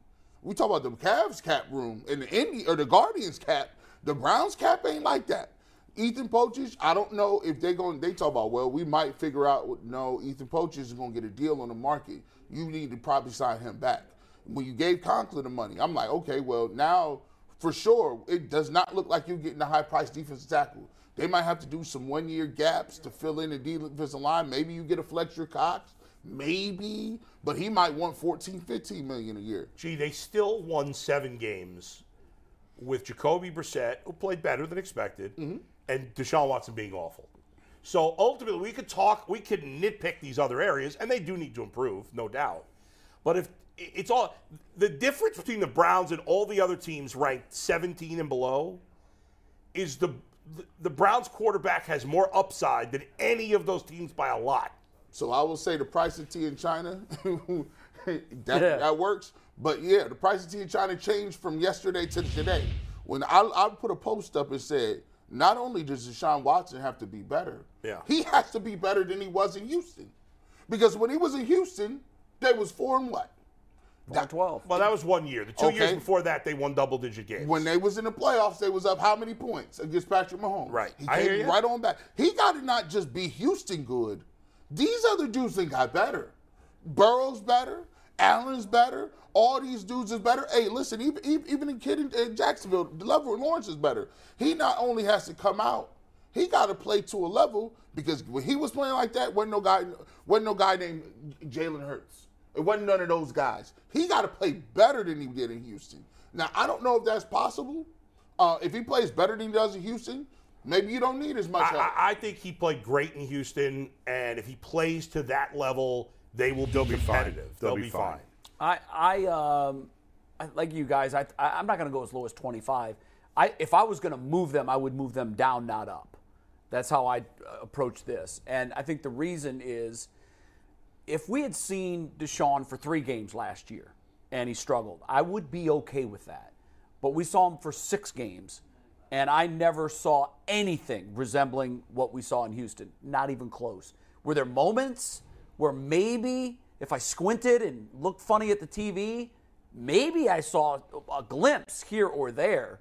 S3: We talk about the Cavs cap room and the Indy or the Guardians cap. The Browns cap ain't like that. Ethan Poaches, I don't know if they're going. They talk about well, we might figure out. what- No, Ethan Poaches is going to get a deal on the market. You need to probably sign him back. When you gave Conklin the money, I'm like, okay, well now for sure, it does not look like you're getting a high price defensive tackle. They might have to do some one year gaps to fill in the defensive line. Maybe you get a Fletcher Cox, maybe, but he might want 14, 15 million a year.
S2: Gee, they still won seven games with Jacoby Brissett, who played better than expected,
S3: Mm-hmm.
S2: and Deshaun Watson being awful. So ultimately, we could talk, we could nitpick these other areas, and they do need to improve, no doubt. But if it's all the difference between the Browns and all the other teams ranked 17 and below is the the Browns quarterback has more upside than any of those teams by a lot.
S3: So I will say the price of tea in China, *laughs* that, that works. But yeah, the price of tea in China changed from yesterday to today. When I, I put a post up and said, not only does Deshaun Watson have to be better,
S2: Yeah.
S3: he has to be better than he was in Houston. Because when he was in Houston, they was four and what?
S1: Down 12.
S2: Well, that was one year. The two years
S3: Okay.
S2: before that, they won double digit games.
S3: When they was in the playoffs, they was up how many points against Patrick Mahomes?
S2: Right.
S3: He
S2: I hear you.
S3: came right on back. He got to not just be Houston good. These other dudes then got better. Burrow's better. Allen's better. All these dudes is better. Hey, listen, even, even, even the kid in, in Jacksonville, Level Lawrence is better. He not only has to come out, he got to play to a level because when he was playing like that, wasn't no guy, wasn't no guy named Jalen Hurts. It wasn't none of those guys. He got to play better than he did in Houston. Now I don't know if that's possible. Uh, if he plays better than he does in Houston, maybe you don't need as much
S2: I,
S3: help.
S2: I- I think he played great in Houston, and if he plays to that level, they will be
S4: be fine.
S2: competitive.
S4: They'll be fine.
S1: I, I, um, I like you guys. I, I I'm not going to go as low as 25. I, if I was going to move them, I would move them down, not up. That's how I uh, approach this, and I think the reason is, if we had seen Deshaun for three games last year and he struggled, I would be okay with that. But we saw him for six games, and I never saw anything resembling what we saw in Houston. Not even close. Were there moments where maybe if I squinted and looked funny at the TV, maybe I saw a glimpse here or there.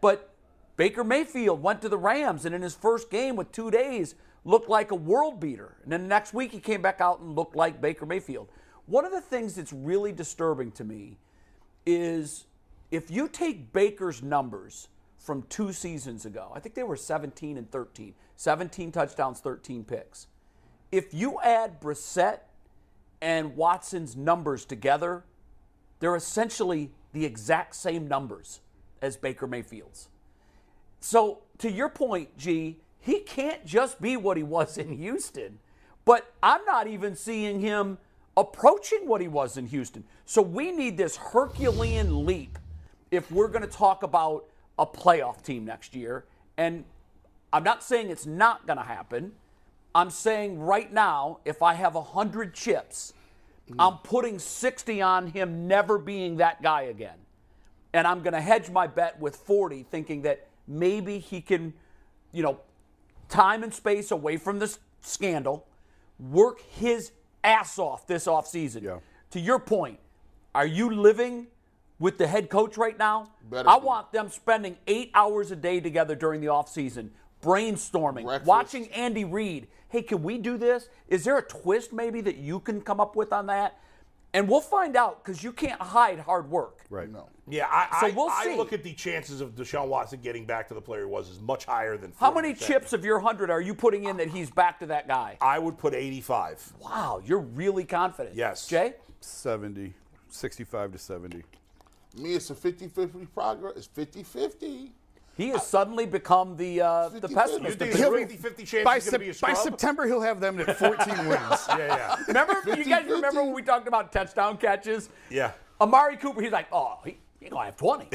S1: But Baker Mayfield went to the Rams and in his first game with two days looked like a world beater. And then the next week he came back out and looked like Baker Mayfield. One of the things that's really disturbing to me is if you take Baker's numbers from two seasons ago, I think they were 17 and 13, 17 touchdowns, 13 picks. If you add Brissett and Watson's numbers together, they're essentially the exact same numbers as Baker Mayfield's. So to your point, G, he can't just be what he was in Houston, but I'm not even seeing him approaching what he was in Houston. So we need this Herculean leap if we're going to talk about a playoff team next year. And I'm not saying it's not going to happen. I'm saying right now, if I have 100 chips,
S3: Mm.
S1: I'm putting 60 on him never being that guy again and I'm going to hedge my bet with 40, thinking that maybe he can, you know, time and space away from this scandal, work his ass off this offseason.
S4: Yeah.
S1: To your point, are you living with the head coach right now?
S3: Better
S1: I
S3: be.
S1: want them spending eight hours a day together during the offseason, brainstorming,
S3: Breakfast.
S1: watching Andy Reid. Hey, can we do this? Is there a twist maybe that you can come up with on that? And we'll find out because you can't hide hard work.
S4: Right.
S3: no.
S2: Yeah, I,
S1: So
S2: I,
S1: we'll
S2: I
S1: see.
S2: look at the chances of Deshaun Watson getting back to the player he was is much higher than.
S1: How many
S2: 40%.
S1: chips of your 100 are you putting in that he's back to that guy?
S2: I would put 85.
S1: Wow, you're really confident.
S2: Yes.
S1: Jay?
S4: 70, 65 to 70.
S3: Me, it's a 50-50 progress. It's 50-50.
S1: He has suddenly become the uh, the
S3: 50-50.
S2: You
S1: pessimist.
S2: think
S1: of the
S2: he'll
S1: group.
S2: be 50-50 chance
S4: by,
S2: he's gonna be a
S4: by
S2: scrub?
S4: September, he'll have them at 14 wins.
S2: Yeah, yeah,
S1: Remember, you guys remember when we talked about touchdown catches? *laughs*
S2: yeah.
S1: Amari Cooper, he's like, oh, he, he gonna have
S2: *laughs*
S1: 20.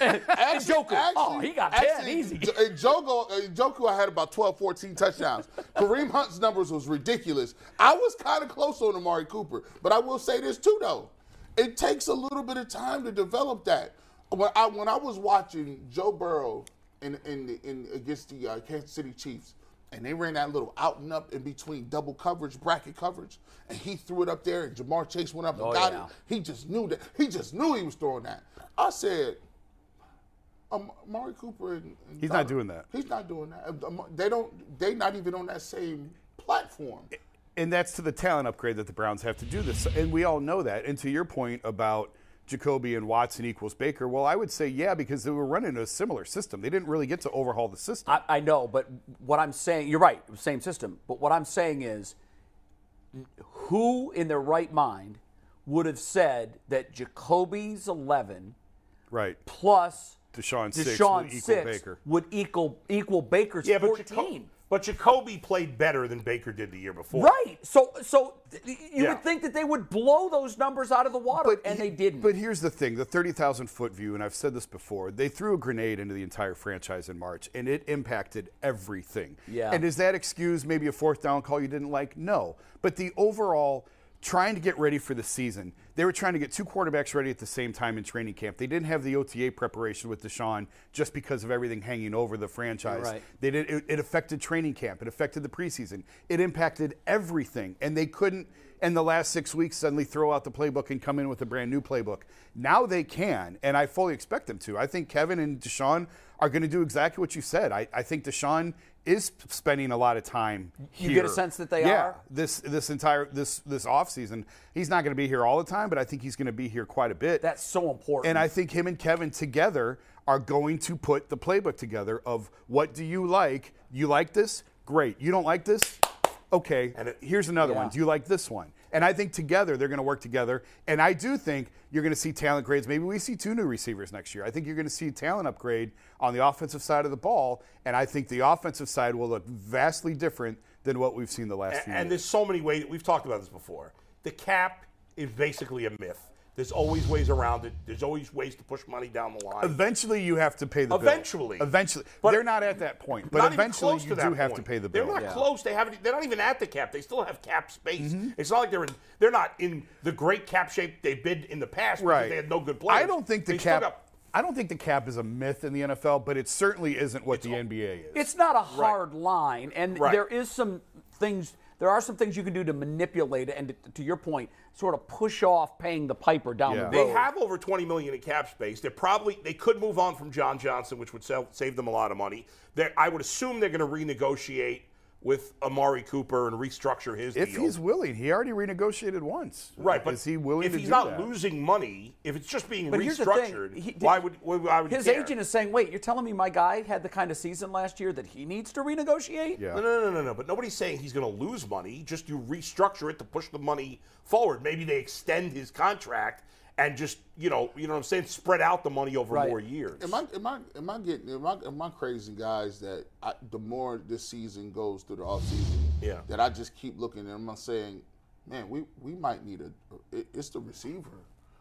S1: and Joker, oh, he got 10,
S3: actually,
S1: easy.
S3: J- uh, Jogo, uh, Joku, I had about 12, 14 touchdowns.
S1: *laughs*
S3: Kareem Hunt's numbers was ridiculous. I was kind of close on Amari Cooper, but I will say this too, though. It takes a little bit of time to develop that. When I when I was watching Joe Burrow in in, the, in against the uh, Kansas City Chiefs, and they ran that little out and up in between double coverage, bracket coverage, and he threw it up there, and Jamar Chase went up and
S1: Oh,
S3: got
S1: yeah.
S3: it. He just knew that. He just knew he was throwing that. I said, um, Amari Cooper and, and
S4: He's not doing that.
S3: He's not doing that. Um, um, They don't. They not even on that same platform.
S4: and that's to the talent upgrade that the Browns have to do this. And we all know that. And to your point about Jacoby and Watson equals Baker, well, I would say yeah, because they were running a similar system. They didn't really get to overhaul the system.
S1: I, I know, but what I'm saying, you're right, same system. But what I'm saying is, who in their right mind would have said that Jacoby's 11
S4: right.
S1: plus
S4: Deshaun six
S1: Deshaun
S4: would equal
S1: six
S4: Baker.
S1: would equal equal Baker's
S2: Yeah, but,
S1: 14.
S2: Jaco- but Jacoby played better than Baker did the year before.
S1: Right. So so th- you
S2: Yeah.
S1: would think that they would blow those numbers out of the water, and
S4: he-
S1: they didn't.
S4: But here's the thing: the thirty thousand foot view, and I've said this before. They threw a grenade into the entire franchise in March, and it impacted everything.
S1: Yeah.
S4: And is that excuse maybe a fourth down call you didn't like? No. But the overall trying to get ready for the season, They were trying to get two quarterbacks ready at the same time in training camp. They didn't have the OTA preparation with Deshaun just because of everything hanging over the franchise.
S1: Right.
S4: They did, it, it affected training camp. It affected the preseason. It impacted everything, and they couldn't. In the last six weeks, suddenly throw out the playbook and come in with a brand new playbook. Now they can, and I fully expect them to. I think Kevin and Deshaun are going to do exactly what you said. I, I think Deshaun is p- spending a lot of time.
S1: You get a
S4: here.
S1: sense that they
S4: Yeah,
S1: are?
S4: This this entire this this off season, he's not going to be here all the time, but I think he's going to be here quite a bit.
S1: That's so important.
S4: And I think him and Kevin together are going to put the playbook together of what do you like? You like this? Great. You don't like this? Okay. And here's another one.
S1: Yeah.
S4: Do you like this one? And I think together they're going to work together. And I do think you're going to see talent grades. Maybe we see two new receivers next year. I think you're going to see talent upgrade on the offensive side of the ball. And I think the offensive side will look vastly different than what we've seen the last
S2: And,
S4: few
S2: and
S4: years.
S2: there's so many ways. We've talked about this before. The cap is basically a myth. There's always ways around it. There's always ways to push money down the line.
S4: Eventually, you have to pay the bill.
S2: Eventually.
S4: Eventually.
S2: But-
S4: they're not at that point. But
S2: Not even
S4: eventually,
S2: close
S4: you
S2: to
S4: do
S2: that
S4: have to
S2: point.
S4: pay the bill.
S2: They're not close. They haven't. They're not even at the cap. They still have cap space.
S4: Mm-hmm.
S2: It's not like they're in. They're not in the great cap shape they've been in the past. because
S4: right.
S2: They had no good players.
S4: I don't think the
S2: They still
S4: cap.
S2: got-
S4: I don't think the cap is a myth in the NFL, but it certainly isn't what the NBA is.
S1: it's not a hard line, and
S2: Right.
S1: there is some things. There are some things you can do to manipulate it, and to, to your point, sort of push off paying the piper down
S4: Yeah.
S1: the road.
S2: They have over 20 million in cap space. They're probably they could move on from John Johnson, which would sell, save them a lot of money. They're, I would assume they're going to renegotiate with Amari Cooper and restructure his
S4: if
S2: deal.
S4: he's willing, he already renegotiated once.
S2: right, but
S4: is he willing
S2: if
S4: to
S2: he's
S4: do
S2: not
S4: that?
S2: losing money, if it's just being
S1: But here's the thing,
S2: restructured,
S1: he-
S2: why would why would I would
S1: His
S2: care?
S1: agent is saying, "Wait, you're telling me my guy had the kind of season last year that he needs to renegotiate?"
S4: Yeah.
S2: No, no, no, no, no. But nobody's saying he's going to lose money. Just you restructure it to push the money forward. Maybe they extend his contract and just you know, you know what I'm saying, spread out the money over
S1: Right.
S2: more years.
S3: Am I am I am I getting am I am I crazy guys that I, the more this season goes through the offseason,
S2: Yeah.
S3: that I just keep looking and I'm saying, man, we we might need a it- it's the receiver.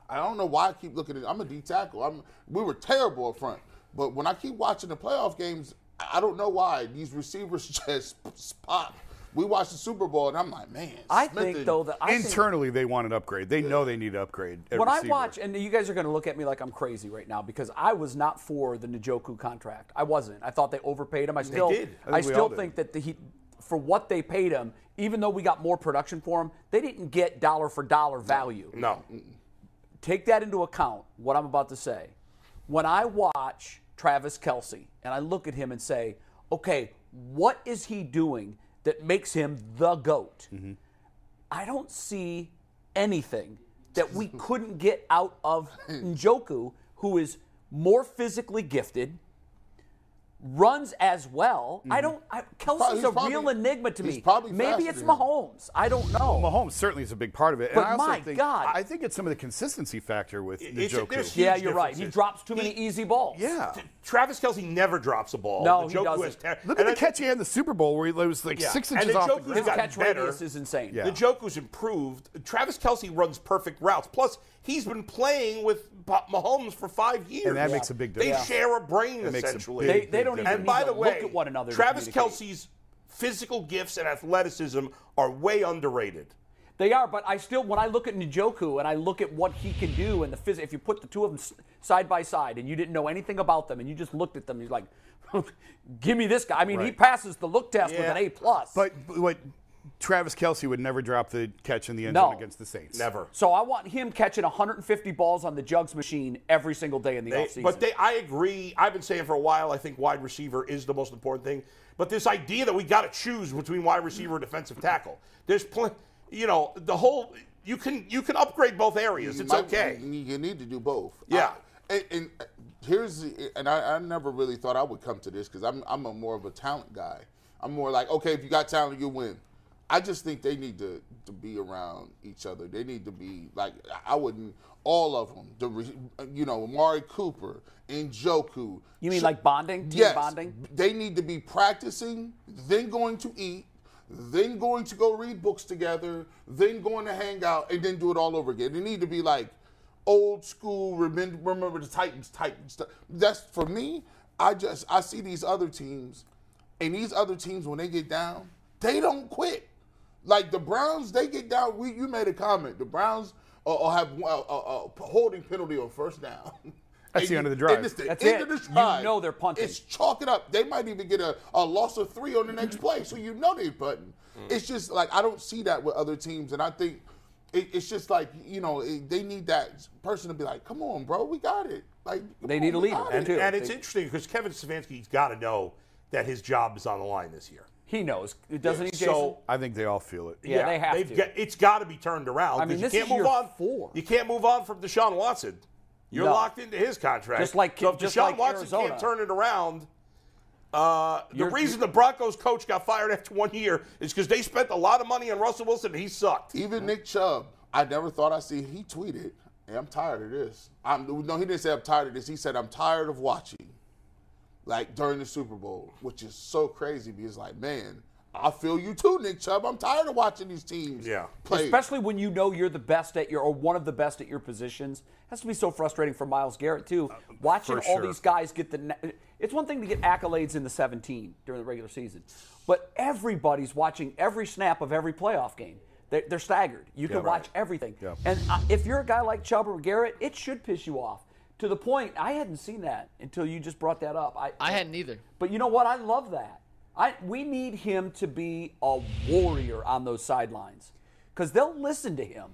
S3: I don't know why I keep looking at. I'm a D tackle. I'm we were terrible up front, but when I keep watching the playoff games, I I don't know why these receivers *laughs* just pop. We watched the Super Bowl and I'm like, man.
S1: I
S3: Smith
S1: think
S3: and-
S1: though that I think-
S4: Internally, they want an upgrade. They know they need to upgrade. at
S1: when I
S4: receiver.
S1: watch, and you guys are going to look at me like I'm crazy right now because I was not for the Njoku contract. I wasn't. I thought they overpaid him. I still,
S2: did.
S4: I think
S1: I,
S4: we all
S1: still
S4: did.
S1: think that the, he, for what they paid him, even though we got more production for him, they didn't get dollar for dollar value.
S2: no.
S1: Take that into account. What I'm about to say. When I watch Travis Kelsey and I look at him and say, okay, what is he doing that makes him the goat?
S3: Mm-hmm.
S1: I don't see anything that we couldn't get out
S3: *laughs*
S1: of Njoku, who is more physically gifted, runs as well. I don't. I, Kelsey's
S3: Mm-hmm. he's
S1: a
S3: probably-
S1: real enigma to
S3: he's
S1: me.
S3: probably
S1: Maybe
S3: faster
S1: it's
S3: than him.
S1: Mahomes. I don't know.
S4: Mahomes certainly is a big part of it.
S1: But
S4: and I also
S1: my
S4: think,
S1: God.
S4: I think it's some of the consistency factor with
S2: It- it's- there's
S4: Njoku.
S2: huge
S1: yeah, you're right. He
S2: differences.
S1: drops too many
S2: He-
S1: easy balls.
S4: Yeah.
S2: Travis Kelsey never drops a ball.
S1: No,
S2: Njoku
S1: he doesn't.
S2: has ter-
S4: Look at
S2: and
S4: the
S2: I-
S4: catch he had in the Super Bowl where he was like
S2: Yeah.
S4: six
S2: And
S4: inches off the
S2: Njoku's
S4: ground.
S1: His
S2: gotten
S1: catch
S2: better.
S1: radius is insane.
S4: Yeah.
S2: The Joker's improved. Travis Kelsey runs perfect routes. Plus, he's been playing with Pa- Mahomes for five years.
S4: And that makes a big difference.
S2: They share a brain,
S4: That makes a
S2: essentially.
S4: big, They-
S1: they big don't even difference.
S2: And by
S1: need
S2: the
S1: to
S2: way,
S1: look at one another to
S2: Travis
S1: communicate.
S2: Kelsey's physical gifts and athleticism are way underrated.
S1: They are, but I still, when I look at Njoku and I look at what he can do and the physics, if you put the two of them s- side by side and you didn't know anything about them and you just looked at them, you're like, *laughs* give me this guy. I mean, he
S4: Right.
S1: passes the look test with
S2: Yeah.
S1: an A plus.
S4: But, but what Travis Kelsey would never drop the catch in the end
S1: No.
S4: zone against the Saints.
S2: Never.
S1: so I want him catching 150 balls on the jugs machine every single day in the
S2: They-
S1: offseason.
S2: but they, I agree. I've been saying for a while. I think wide receiver is the most important thing. But this idea that we got to choose between wide receiver and defensive tackle, there's plenty. You know, the whole you can you can upgrade both areas.
S3: You
S2: It's
S3: might-
S2: okay.
S3: You you need to do both.
S2: Yeah.
S3: I- and, and here's the- and I, I never really thought I would come to this because I'm I'm a more of a talent guy. I'm more like okay, if you got talent, you win. I just think they need to, to be around each other. They need to be like I wouldn't all of them. The re- you know Amari Cooper, Njoku.
S1: you mean
S3: Sh-
S1: like bonding? Team
S3: yes,
S1: bonding?
S3: They need to be practicing, then going to eat, then going to go read books together, then going to hang out, and then do it all over again. They need to be like old school. Remember, remember the Titans, Titans. Ti- That's for me. I just I see these other teams, and these other teams when they get down, they don't quit. Like the Browns, they get down. We you made a comment. The Browns or, or have one- a, a, a holding penalty on first down. *laughs*
S4: That's
S3: And
S4: the end of the
S3: and
S4: drive.
S3: it's the
S1: That's
S3: end
S1: it.
S3: of the
S1: You
S3: drive.
S1: know they're punting.
S3: It's chalk it up. They might even get a, a loss of three on the next
S1: Mm-hmm.
S3: play, so you know they're punting.
S1: Mm.
S3: It's just like I don't see that with other teams, and I think it, it's just like you know it, they need that person to be like, "Come on, bro, we got it." Like come
S1: They
S3: on,
S1: need a
S3: we
S1: leader,
S3: got
S1: and
S3: it.
S1: two-
S2: And it's
S1: They-
S2: interesting because Kevin Savansky's got to know that his job is on the line this year.
S1: He knows, doesn't he, Jason?
S2: So
S4: I think they all feel it.
S1: yeah, they have
S2: they've
S1: to.
S2: Got, it's got to be turned around.
S1: I mean,
S2: 'cause
S1: this
S2: you
S1: is
S2: can't move
S1: year
S2: on.
S1: four.
S2: You can't move on from Deshaun Watson. You're
S1: No.
S2: locked into his contract.
S1: Just like-
S2: so if
S1: just
S2: Deshaun
S1: like
S2: Watson
S1: Arizona.
S2: can't turn it around. Uh, the
S1: You're-
S2: reason the Broncos coach got fired after one year is because they spent a lot of money on Russell Wilson and he sucked.
S1: Mm.
S3: Even Nick Chubb, I never thought I'd see. He tweeted, "Hey, I'm tired of this." I'm no, he didn't say I'm tired of this. He said I'm tired of watching, like during the Super Bowl, which is so crazy because like, man, I feel you too, Nick Chubb. I'm tired of watching these teams.
S2: Yeah.
S3: play.
S1: Especially when you know you're the best at your or one of the best at your positions. has to be so frustrating for Miles Garrett too. Watching
S4: Uh, for
S1: all
S4: sure.
S1: these guys get the na- it's one thing to get accolades in the 17 during the regular season, but everybody's watching every snap of every playoff game. They're, they're staggered. You can watch everything. And uh, if you're a guy like Chubb or Garrett, it should piss you off. To the point, I hadn't seen that until you just brought that up. I,
S5: I hadn't either.
S1: But you know what? I love that. I we need him to be a warrior on those sidelines because they'll listen to him.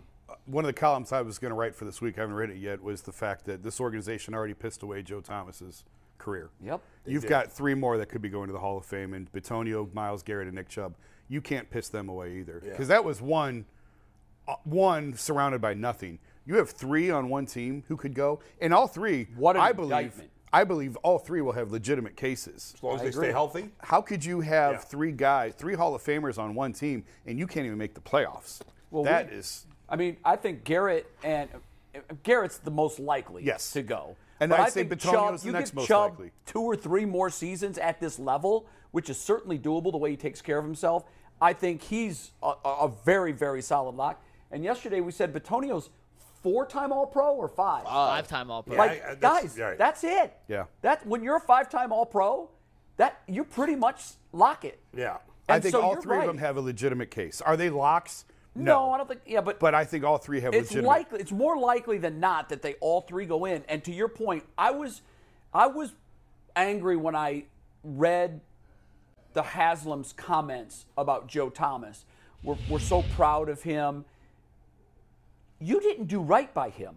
S4: One of the columns I was going to write for this week, I haven't read it yet, was the fact that this organization already pissed away Joe Thomas's career.
S1: Yep.
S4: You've got three more that could be going to the Hall of Fame, and Betonio, Miles Garrett, and Nick Chubb. You can't piss them away either, because that was one, uh, one surrounded by nothing. You have three on one team who could go, and all three,
S1: What an
S4: I believe,
S1: indictment.
S4: I believe all three will have legitimate cases.
S2: As long as they stay healthy.
S4: How could you have
S2: Yeah.
S4: three guys, three Hall of Famers on one team, and you can't even make the playoffs? Well, that
S1: we-
S4: is
S1: I mean, I think Garrett and Garrett's the most likely
S4: Yes.
S1: to go.
S4: And
S1: But
S4: I'd
S1: I
S4: say
S1: think
S4: Bitonio's
S1: Chubb-
S4: the
S1: you
S4: next
S1: give
S4: most
S1: Chubb
S4: likely.
S1: Two or three more seasons at this level, which is certainly doable the way he takes care of himself. I think he's a, a a very, very solid lock. And yesterday we said Batonio's four-time All-Pro or five.
S5: Five-time All-Pro.
S1: Like,
S2: Uh, I- I- that's-
S1: guys,
S2: right.
S1: that's it.
S4: Yeah.
S1: That when you're a five-time All-Pro, that you pretty much lock it.
S2: Yeah.
S4: I
S1: And
S4: think
S1: so
S4: all
S1: you're
S4: three
S1: right.
S4: of them have a legitimate case. Are they locks?
S1: No, I don't think. Yeah, but
S4: But I think all three have
S1: it's
S4: legitimate.
S1: likely. It's more likely than not that they all three go in. And to your point, I was, I was angry when I read the Haslam's comments about Joe Thomas. We're, we're so proud of him. You didn't do right by him.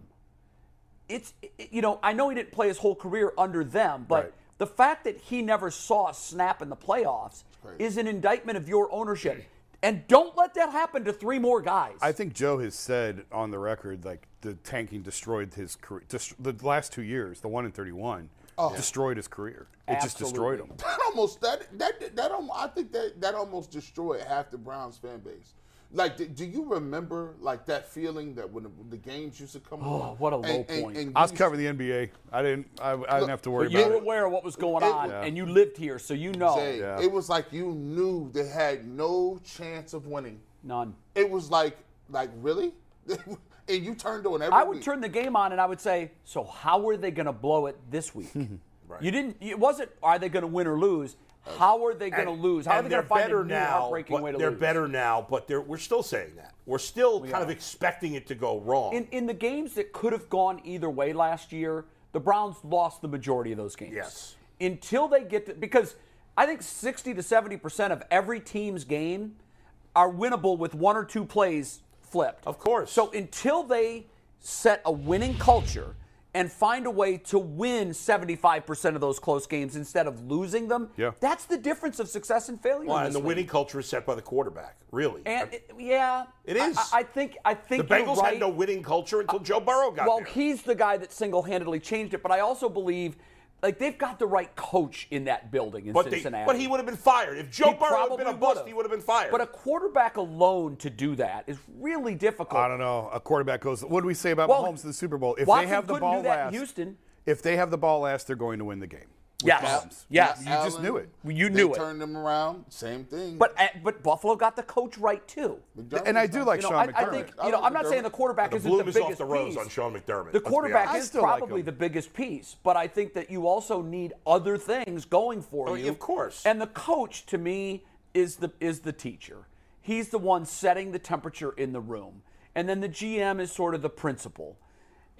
S1: It's it- you know I know he didn't play his whole career under them, but
S4: Right.
S1: the fact that he never saw a snap in the playoffs is an indictment of your ownership. And don't let that happen to three more guys.
S4: I think Joe has said on the record like the tanking destroyed his career. Dest- the last two years, the one in thirty-one, destroyed his career. It just destroyed him.
S1: Oh. Absolutely.
S3: that almost that that that almost, I think that that almost destroyed half the Browns fan base. Like, do, do you remember like that feeling that when the, the games used to come oh, on?
S1: what a low point.
S4: I was
S3: you-
S4: covering the NBA. I didn't. I, I didn't have to worry
S1: But you
S4: about
S1: were
S4: it.
S1: aware of what was going
S3: It-
S1: on,
S3: Yeah.
S1: and you lived here, so you know
S3: Zay,
S4: Yeah.
S3: It was like you knew they had no chance of winning.
S1: none.
S3: It was like, like really? *laughs* and you turned on every.
S1: I would
S3: week.
S1: turn the game on, and I would say, "So how are they going to blow it this
S2: *laughs*
S1: week?" You didn't. It wasn't. Are they going to win or lose? How are they going to lose? How are
S2: And
S1: they going to find a new heartbreaking
S2: but
S1: way to
S2: they're
S1: lose?
S2: better now, but they're, we're still saying that. We're still kind of expecting it to go wrong.
S1: In in the games that could have gone either way last year, the Browns lost the majority of those games.
S2: Yes.
S1: Until they get to because I think 60 to 70% of every team's game are winnable with one or two plays flipped.
S2: Of course.
S1: So until they set a winning culture and find a way to win 75% of those close games instead of losing them,
S4: Yeah.
S1: that's the difference of success and failure. in
S2: Well, and
S1: this
S2: the
S1: league.
S2: winning culture is set by the quarterback, really.
S1: and it- yeah,
S2: It
S1: I-
S2: is.
S1: I, I think I think
S2: the Bengals
S1: you're right. Uh,
S2: had no winning culture until Joe Burrow got
S1: well,
S2: there.
S1: he's the guy that single-handedly changed it, but I also believe like they've got the right coach in that building in
S2: but, they-
S1: Cincinnati.
S2: but he would have been fired. If Joe
S1: He
S2: Burrow had
S1: probably
S2: been a bust,
S1: would've.
S2: he would have been fired.
S1: But a quarterback alone to do that is really difficult.
S4: I don't know. A quarterback goes. What do we say about
S1: Well,
S4: Mahomes in the Super Bowl? If
S1: Watson
S4: they have the
S1: couldn't
S4: ball
S1: do that in
S4: last,
S1: Houston.
S4: If they have the ball last, they're going to win the game. with
S1: Yes.
S4: Mahomes.
S1: Yes.
S4: You just
S3: Allen,
S4: knew it.
S1: You
S3: they
S1: knew it.
S3: Turned them around. Same thing.
S1: But uh, but Buffalo got the coach right too.
S3: McDermott
S4: And I
S3: was
S4: do
S3: not-
S4: like
S1: You know,
S4: Sean
S1: I,
S4: McDermott.
S1: I think you know. I'm not saying the quarterback
S2: the
S1: isn't
S2: bloom
S1: the
S2: is
S1: biggest
S2: off the rose
S1: piece.
S2: on Sean McDermott.
S1: The
S2: let's be
S1: quarterback
S2: honest.
S1: is
S4: still like
S1: probably
S4: him.
S1: the biggest piece, but I think that you also need other things going for
S2: Oh,
S1: you.
S2: of course.
S1: And the coach to me is the is the teacher. He's the one setting the temperature in the room. and then the GM is sort of the principal.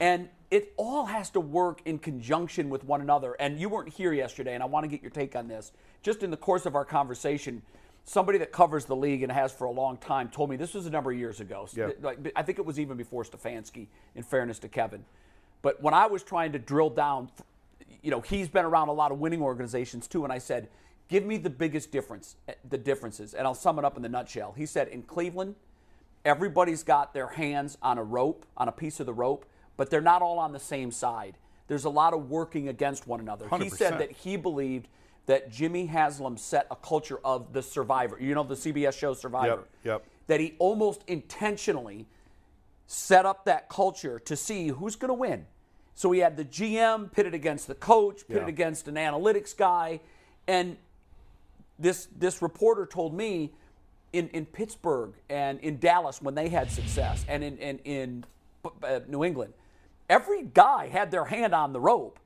S1: And it all has to work in conjunction with one another. And you weren't here yesterday, and I want to get your take on this. Just in the course of our conversation, somebody that covers the league and has for a long time told me this was a number of years ago.
S4: Yeah.
S1: Like, I think it was even before Stefanski, in fairness to Kevin. But when I was trying to drill down, you know, he's been around a lot of winning organizations too, and I said, give me the biggest difference, eh, the differences, and I'll sum it up in the nutshell. He said, in Cleveland, everybody's got their hands on a rope, on a piece of the rope, but they're not all on the same side. There's a lot of working against one another. He said
S4: 100%.
S1: that he believed that Jimmy Haslam set a culture of the survivor. You know, the CBS show Survivor.
S4: yep.
S1: That he almost intentionally set up that culture to see who's going to win. So he had the GM pitted against the coach, pitted
S4: Yeah.
S1: against an analytics guy, and this this reporter told me in, in Pittsburgh and in Dallas when they had success, and in in, in uh, New England, every guy had their hand on the rope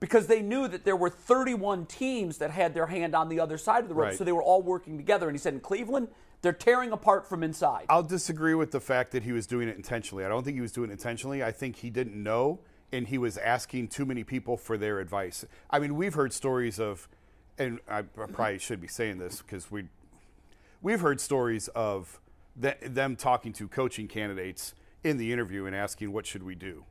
S1: because they knew that there were 31 teams that had their hand on the other side of the rope,
S4: Right.
S1: so they were all working together. And he said in Cleveland, they're tearing apart from inside.
S4: I'll disagree with the fact that he was doing it intentionally. I don't think he was doing it intentionally. I think he didn't know and he was asking too many people for their advice. I mean, we've heard stories of, and I I probably should be saying this because we we've heard stories of th- them talking to coaching candidates in the interview and asking what should we do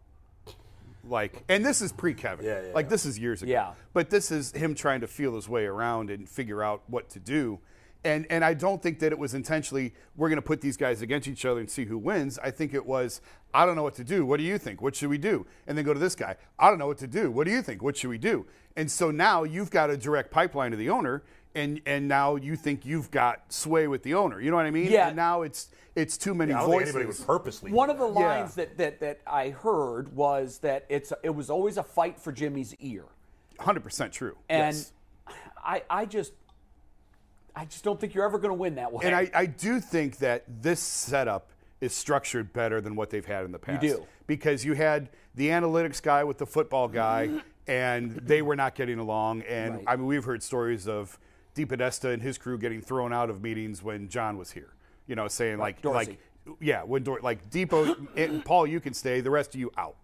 S4: like and this is pre-kevin
S2: Yeah, yeah,
S4: like
S2: yeah.
S4: this is years ago
S1: Yeah.
S4: but this is him trying to feel his way around and figure out what to do and and i don't think that it was intentionally we're going to put these guys against each other and see who wins i think it was i don't know what to do what do you think what should we do and then go to this guy i don't know what to do what do you think what should we do and so now you've got a direct pipeline to the owner and and now you think you've got sway with the owner you know what i mean
S1: Yeah.
S4: and now it's it's too many
S2: I don't think
S4: voices
S2: anybody would purposely.
S1: One
S2: do
S1: of the
S2: that.
S4: Yeah.
S1: lines that, that that I heard was that it's it was always a fight for Jimmy's ear,
S4: 100% true
S1: and
S4: yes.
S1: I I just I just don't think you're ever going to win that way.
S4: And I, I do think that this setup is structured better than what they've had in the past.
S1: do.
S4: Because you had the analytics guy with the
S1: *laughs*
S4: football guy, and they were not getting along. And I mean, we've heard stories of Dee Podesta and his crew getting thrown out of meetings when John was here, you know, saying, like,
S1: Dorsey.
S4: like yeah, when Dor- like Depot and Paul, you can stay. The rest of you out.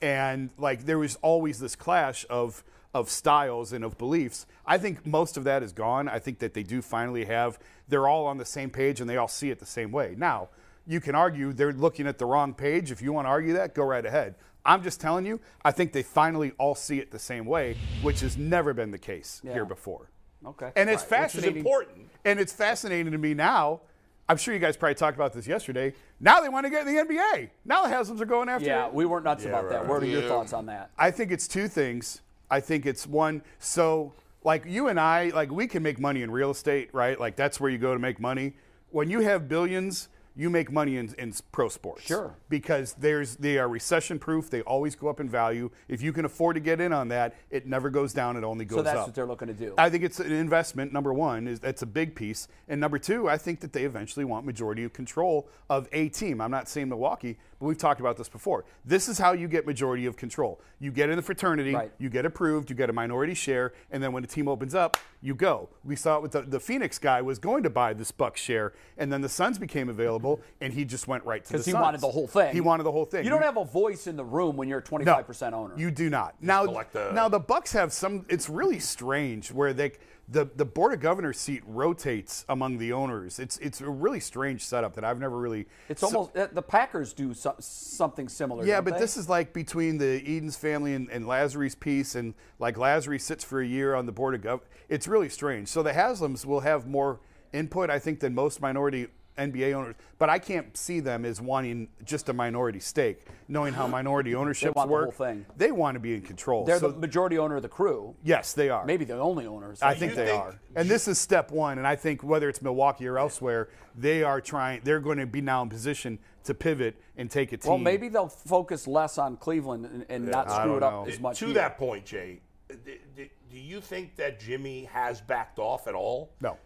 S4: And like there was always this clash of of styles and of beliefs. I think most of that is gone. I think that they do finally have. They're all on the same page and they all see it the same way. Now you can argue they're looking at the wrong page. If you want to argue that, go right ahead. I'm just telling you. I think they finally all see it the same way, which has never been the case here before.
S1: okay,
S4: And it's
S2: Right, which is
S4: fascinating.
S2: important.
S4: And it's fascinating to me now. I'm sure you guys probably talked about this yesterday. Now they want to get in the NBA. Now the Haslams are going after.
S1: yeah, we weren't nuts about
S2: right,
S1: that.
S2: right.
S1: What are your thoughts on that?
S4: I think it's two things. I think it's one. So like you and I, like we can make money in real estate, right? Like that's where you go to make money. When you have billions, you make money in, in pro sports.
S1: Sure.
S4: Because there's they are recession proof. They always go up in value. If you can afford to get in on that, it never goes down. It only goes
S1: So that's
S4: up.
S1: what they're looking to do.
S4: I think it's an investment. Number one is that's a big piece, and number two, I think that they eventually want majority of control of a team. I'm not saying Milwaukee, but we've talked about this before. This is how you get majority of control. You get in the fraternity,
S1: Right.
S4: you get approved, you get a minority share, and then when a team opens up, you go. We saw it with the, the Phoenix guy was going to buy this Buck share, and then the Suns became available, and he just went right to the
S1: Because he
S4: Suns.
S1: wanted the whole thing.
S4: He wanted the whole thing.
S1: You don't have a voice in the room when you're a 25%
S4: No,
S1: owner.
S4: You do not. Now,
S2: collect the-
S4: now the Bucks have some. It's really strange where they the the board of governors seat rotates among the owners. It's it's a really strange setup that I've never really.
S1: it's
S4: so-
S1: almost that- the Packers do so, something similar.
S4: yeah,
S1: don't
S4: but
S1: they?
S4: this is like between the Edens family and, and Lazarus piece, and like Lazarus sits for a year on the board of gov. It's really strange. So the Haslams will have more input, I think, than most minority NBA owners. But I can't see them as wanting just a minority stake, knowing how minority ownerships
S1: want the
S4: work.
S1: whole thing.
S4: They want to be in control.
S1: they're
S4: So-
S1: the majority owner of the crew.
S4: Yes, they are.
S1: Maybe the only owners.
S4: I think
S2: you
S4: they
S2: think-
S4: are. And this is step one. And I think whether it's Milwaukee or elsewhere, they are trying. They're going to be now in position to pivot and take a team.
S1: Well, maybe they'll focus less on Cleveland and, and not
S4: I
S1: screw it
S4: don't
S1: up
S4: know.
S1: as much.
S2: to
S1: here.
S2: that point, Jay, d- d- do you think that Jimmy has backed off at all?
S4: no.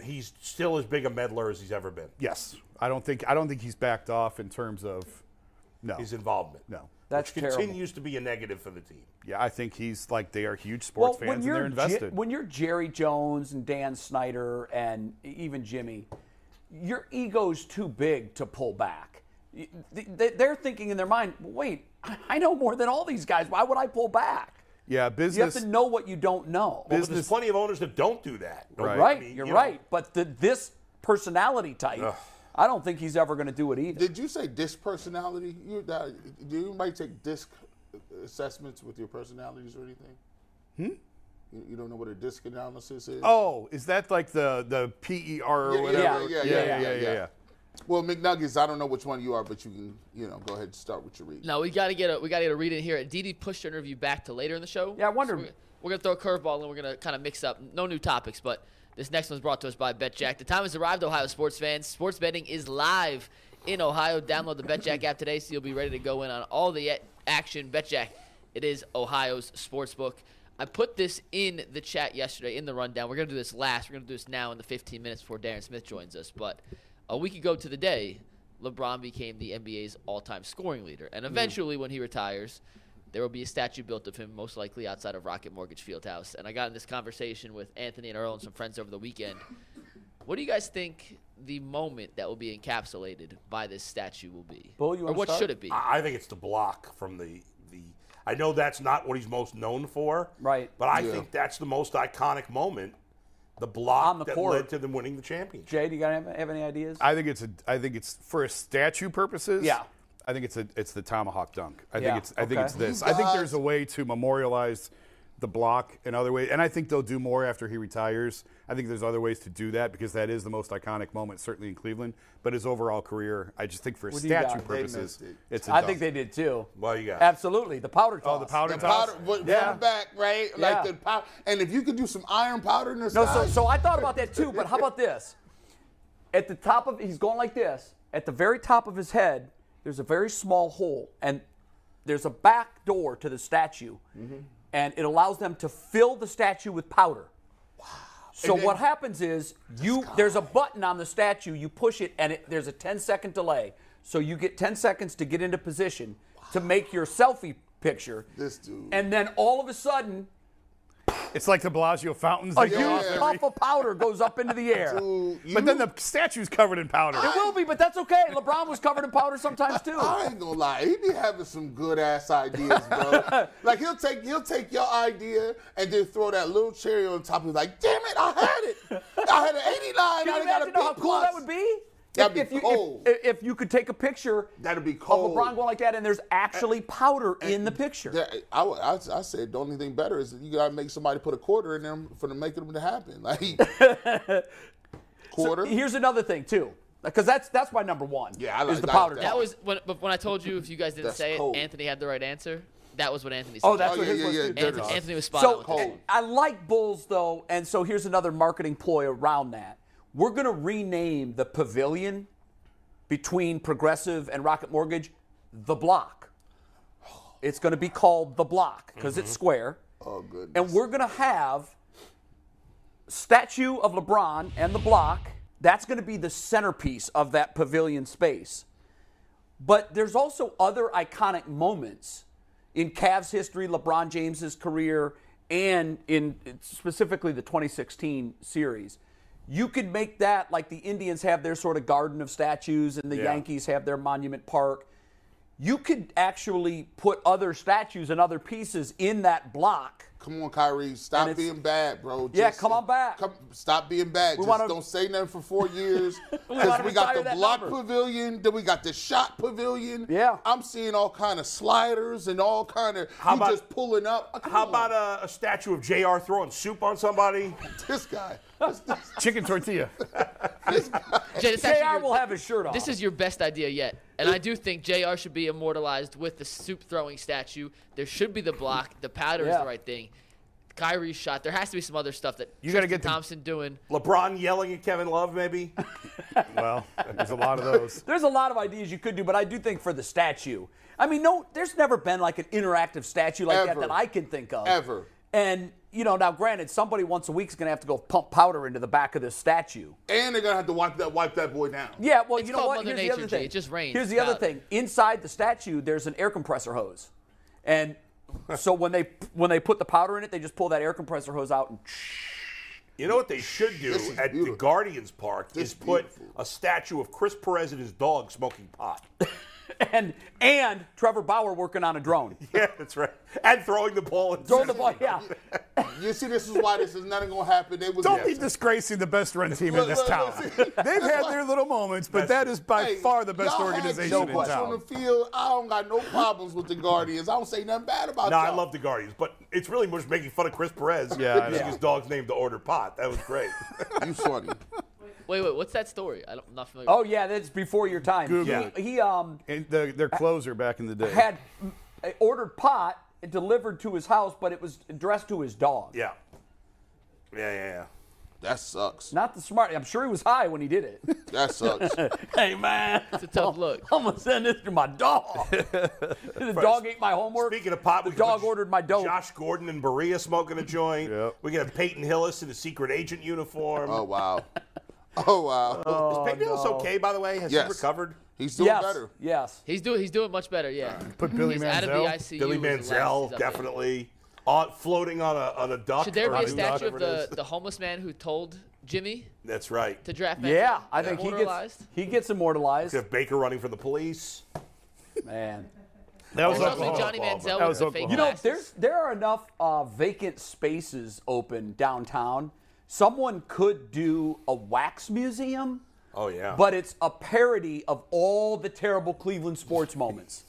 S2: He's still as big a meddler as he's ever been.
S4: Yes, I don't think. I don't think he's backed off in terms of. No.
S2: His involvement.
S4: no.
S1: That's
S2: which
S1: terrible.
S2: continues to be a negative for the team.
S4: Yeah, I think he's like they are huge sports fans and they're
S1: Jer-
S4: invested.
S1: when you're Jerry Jones and Dan Snyder and even Jimmy, your ego's too big to pull back. y- they- They're thinking in their mind, wait, I- I know more than all these guys. Why would I pull back?
S4: Yeah,
S1: You have
S4: business.
S1: to know what you don't know.
S2: But there's plenty of owners that don't do that.
S4: Right.
S1: Right,
S2: I mean,
S1: you're
S2: you know,
S1: right. But the, this personality type, I don't think he's ever going to do it either.
S3: Did you say disc personality? You that, do anybody take disc assessments with your personalities or anything? Hmm. You, you don't know what a disc analysis is.
S4: Oh, is that like the the PER or
S3: Yeah, yeah,
S4: whatever?
S3: yeah, yeah, yeah, yeah, yeah. Well, McNuggets, I don't know which one you are, but you can, you know, go ahead and start with your read.
S5: No, we gotta get a we gotta get a read in here. DD pushed our interview back to later in the show.
S1: Yeah, I wondered-
S5: So we're, we're gonna throw a curveball and we're gonna kind of mix up. No new topics, but this next one's brought to us by BetJack. The time has arrived, Ohio sports fans. Sports betting is live in Ohio. Download the BetJack app today, so you'll be ready to go in on all the a- action. BetJack, it is Ohio's sports book. I put this in the chat yesterday in the rundown. We're gonna do this last. We're gonna do this now in the 15 minutes before Darren Smith joins us. But a week ago to the day, LeBron became the NBA's all-time scoring leader, and eventually, when he retires, there will be a statue built of him, most likely outside of Rocket Mortgage Fieldhouse. And I got in this conversation with Anthony and Earl and some friends over the weekend. What do you guys think the moment that will be encapsulated by this statue will be?
S1: Bull, you
S5: or
S1: wanna
S5: what
S1: start? Ah.
S5: should it be?
S2: I I think it's the block from the the. I know that's not what he's most known for.
S1: Right.
S2: But I
S3: Yeah.
S2: think that's the most iconic moment. The block
S1: On the
S2: that
S1: court.
S2: led to them winning the championship.
S1: Jay, do you got have, have any ideas?
S4: I think it's a. I think it's for a statue purposes.
S1: Yeah.
S4: I think it's a. It's the tomahawk dunk. I
S1: Yeah,
S4: think it's. I think
S1: okay.
S4: it's this. I think
S3: guys-
S4: there's a way to memorialize the block in other ways, and I think they'll do more after he retires. I think there's other ways to do that because that is the most iconic moment, certainly in Cleveland. But his overall career, I just think for
S1: do you got?
S4: statue
S1: They
S4: purposes,
S3: missed it.
S4: it's. I
S1: I think they did too.
S2: Well, you got
S1: Absolutely, the powder toss.
S4: Oh, the powder
S3: The
S4: toss?
S3: powder, what,
S4: Yeah.
S3: from back, right? Like
S1: Yeah.
S3: the powder, and if you could do some iron powder in the
S1: No, so
S3: side,
S1: so I thought about that too. But how about this? At the top of he's going like this. At the very top of his head, there's a very small hole, and there's a back door to the statue,
S3: Mm-hmm.
S1: and it allows them to fill the statue with powder. So
S3: And then-
S1: what happens is you there's a button on the statue. You push it, and it, there's a 10 second delay. So you get 10 seconds to get into position to make your selfie picture.
S3: This dude.
S1: And then all of a sudden,
S4: It's like the Bellagio fountains.
S1: a
S4: that go off
S1: huge
S4: every-
S1: puff of powder goes up into the air.
S4: But then the statue's covered in powder.
S1: It will be, but that's okay. LeBron was covered in powder sometimes too.
S3: I ain't gonna lie, he be having some good ass ideas, bro.
S1: *laughs*
S3: like he'll take he'll take your idea and then throw that little cherry on top. He's like, damn it, I had it. I had an 89. I
S1: Can you
S3: done got a
S1: imagine
S3: big
S1: how cool
S3: plus.
S1: that would be?
S3: That'd be
S1: if, you,
S3: cold.
S1: If, if you could take a picture
S3: That'd be
S1: of
S3: cold.
S1: LeBron going like that, and there's actually powder in the picture.
S3: Yeah, I, would- I, I said the only thing better is that you gotta make somebody put a quarter in them for to make them to happen. *laughs*
S1: *laughs*
S3: Like quarter.
S1: Here's another thing too, because that's that's my number one.
S3: Yeah, I
S1: is
S3: like-
S1: the
S3: I like
S1: powder.
S3: that.
S1: puff.
S5: That was when, but when I told you if you guys didn't
S3: That's
S5: say
S3: cold.
S5: it, Anthony had the right answer. That was what Anthony said.
S1: Oh, that's
S3: Oh,
S1: what
S3: yeah,
S1: his
S3: yeah,
S1: was
S3: yeah,
S1: too.
S3: dirt
S5: Anthony,
S3: off.
S5: Anthony was spot on
S1: So
S5: with this one.
S1: I like Bulls though, and so here's another marketing ploy around that. We're gonna rename the pavilion between Progressive and Rocket Mortgage the block. It's gonna be called the block because it's square.
S3: Oh goodness.
S1: And we're gonna have statue of LeBron and the block. That's gonna be the centerpiece of that pavilion space. But there's also other iconic moments in Cavs history, LeBron James's career, and in specifically the 2016 series. You could make that like the Indians have their sort of garden of statues and the Yankees have their monument park. You could actually put other statues and other pieces in that block.
S3: Come on, Kyrie, stop
S1: it's-
S3: being bad, bro.
S1: Yeah, come on back.
S3: Come, stop being bad. Just
S1: wanna-
S3: don't say nothing for four years.
S1: wanna
S3: Because we got
S1: retire
S3: the
S1: that
S3: block
S1: number.
S3: pavilion, then we got the shot pavilion.
S1: Yeah.
S3: I'm seeing all kind of sliders and all kind of. How
S2: about-
S3: just pulling up? Oh, come
S2: How
S3: on,
S2: about a, a statue of JR throwing soup on somebody?
S3: this guy? This, this-
S4: Chicken tortilla.
S5: Jay, this is actually
S1: JR
S5: your-
S1: will have his shirt off.
S5: This is your best idea yet. And I do think JR should be immortalized with the soup throwing statue. There should be the block. The powder is
S1: Yeah.
S5: the right thing. Kyrie's shot. There has to be some other stuff that
S4: You gotta
S5: Tristan
S4: get the-
S5: Thompson doing.
S2: LeBron yelling at Kevin Love, maybe?
S4: well, there's a lot of those.
S1: There's a lot of ideas you could do, but I do think for the statue. I mean, no, there's never been like an interactive statue like that
S3: Ever.
S1: that I can think of.
S3: Ever.
S1: And, you know, now granted, somebody once a week is going to have to go pump powder into the back of this statue.
S3: and they're gonna have to wipe that wipe that boy down.
S1: Yeah, well,
S5: It's
S1: you know
S5: called
S1: what?
S5: Mother
S1: Here's
S5: Nature,
S1: the other
S5: Jay.
S1: thing.
S5: It just rains
S1: Here's the other
S5: powder.
S1: thing. Inside the statue, there's an air compressor hose. And so when they when they put the powder in it, they just pull that air compressor hose out and
S2: You know what they should do
S3: This is
S2: at the
S3: beautiful.
S2: Guardians Park
S3: This
S2: is
S3: is
S2: put
S3: beautiful.
S2: a statue of Chris Perez and his dog smoking pot. *laughs*
S1: and and Trevor Bauer working on a drone.
S2: yeah, that's right. And throwing the ball. in-
S1: Throw the ball. Yeah.
S3: You see, this is why this is nothing gonna happen. They was
S4: Don't be disgracing the best run team in
S3: Look,
S4: this
S3: look,
S4: town.
S3: look, see?
S4: *laughs* They've had their little moments, but that is by
S3: Hey,
S4: far the best
S3: y'all had
S4: organization
S3: so
S4: in
S3: much on the
S4: town.
S3: field. I don't got no problems with the Guardians. I don't say nothing bad about
S2: No, I
S3: y'all.
S2: love the Guardians, but it's really just making fun of Chris Perez
S4: Yeah, I
S2: using
S4: know.
S2: his dog's name to order pot. That was great.
S3: You funny.
S5: Wait, wait, what's that story? I don't, I'm not familiar.
S1: Oh yeah, that's before your time.
S4: Google
S2: Yeah.
S1: He, he um
S4: And the, their closer back in the day.
S1: had uh, ordered pot delivered to his house, but it was addressed to his dog.
S2: yeah. Yeah, yeah, yeah.
S3: That sucks.
S1: Not the smart. I'm sure he was high when he did it.
S3: *laughs* That sucks.
S1: hey man, it's
S5: a tough look.
S1: *laughs* I'm gonna send this to my dog. the dog ate my homework.
S2: Speaking of pot,
S1: the
S2: we could
S1: dog
S2: put
S1: ordered my dope.
S2: Josh Gordon and Berea smoking a joint.
S4: Yep.
S2: We could have Peyton Hillis in a secret agent uniform.
S3: Oh wow. *laughs* Oh wow.
S2: is Peyton Hillis
S5: Oh,
S2: okay, by the way? Has
S3: Yes.
S2: he recovered?
S3: He's doing
S1: yes,
S3: better.
S1: yes.
S5: He's doing he's doing much better, yeah.
S4: Put Billy
S5: he's out of
S4: Manziel.
S5: the ICU.
S2: Billy
S5: was the last he's
S2: Manziel,
S5: up there.
S2: definitely. On, floating on a on a duck.
S5: Should there
S2: or
S5: be
S2: on
S5: a
S2: dock,
S5: statue of
S2: whatever it
S5: the,
S2: is.
S5: the homeless man who told Jimmy
S2: That's right.
S5: to draft Manziel?
S1: Yeah, I think he gets
S5: Immortalized?
S1: he gets immortalized.
S2: Have Baker running from the police.
S1: Man,
S4: that was
S5: There's also
S4: Oklahoma.
S5: Johnny
S2: Oklahoma.
S5: Manziel
S4: That
S5: with
S4: was
S5: the fake
S4: Oklahoma. You
S1: No,
S5: glasses.
S1: there's there are enough uh, vacant spaces open downtown. Someone could do a wax museum,
S2: Oh yeah.
S1: but it's a parody of all the terrible Cleveland sports moments.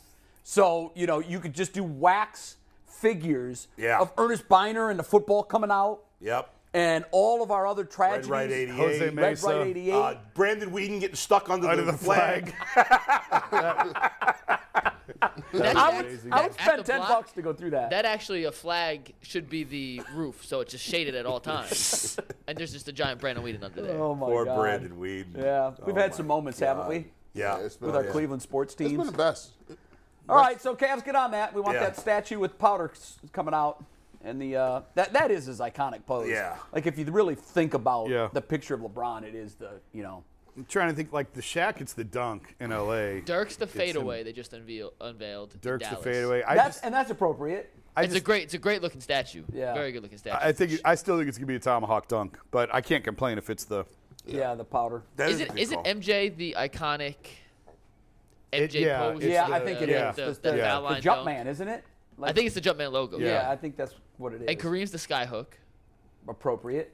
S1: So you know you could just do wax figures
S2: Yeah.
S1: of Ernest Biner and the football coming out,
S2: yep.
S1: and all of our other
S2: Red
S1: tragedies.
S2: right 88.
S4: Jose
S1: Red Right
S4: Mesa.
S1: 88.
S2: Uh, Brandon Whedon getting stuck under,
S4: Under
S2: the,
S4: the
S2: flag.
S4: flag.
S2: *laughs*
S5: That's-
S1: I
S5: that's-
S1: would, I would
S5: at the
S1: spend ten
S5: block-
S1: bucks to go through that.
S5: That actually, a flag should be the roof, so it's just shaded at all times.
S4: *laughs*
S5: and there's just a giant Brandon Whedon under there.
S1: oh my
S2: Or
S1: God.
S2: Brandon Whedon.
S1: Yeah, we've
S2: Oh
S1: had some
S2: my
S1: moments, haven't
S2: God. Oh,
S1: we?
S2: Yeah.
S3: Yeah, it's been
S1: With our
S3: yeah.
S1: Cleveland sports teams.
S3: He's been the best.
S1: All right, so Cavs get on that. We want
S2: Yeah.
S1: that statue with powder s- coming out, and the uh, that that is his iconic pose.
S2: Yeah.
S1: Like if you really think about
S4: Yeah.
S1: the picture of LeBron, it is the you know.
S4: I'm trying to think like the Shaq. It's the dunk in L.A.
S5: Dirk's the
S4: in-
S5: fadeaway they just unveil, unveiled. in
S4: Dirk's the
S5: Dallas.
S4: fadeaway. I
S1: That's
S4: just,
S1: and that's appropriate.
S4: I
S5: It's a
S4: just-
S5: great, it's a great looking statue.
S1: Yeah.
S5: very good looking statue.
S4: I think I still think it's gonna be a tomahawk dunk, but I can't complain if it's the.
S1: Yeah, the powder.
S2: That
S5: is
S2: a
S5: it
S2: good
S5: is it
S2: call.
S5: MJ the iconic MJ
S4: yeah,
S5: pose?
S4: it's
S1: yeah,
S4: the-
S1: I think it is.
S4: yeah.
S5: The,
S1: It's
S5: the
S1: the,
S5: foul
S1: the
S5: line
S1: jump
S5: dunk.
S1: man, isn't it? Like,
S5: I think it's the Jumpman logo.
S1: yeah,
S4: yeah.
S1: I think that's what it is.
S5: and Kareem's the skyhook.
S1: appropriate.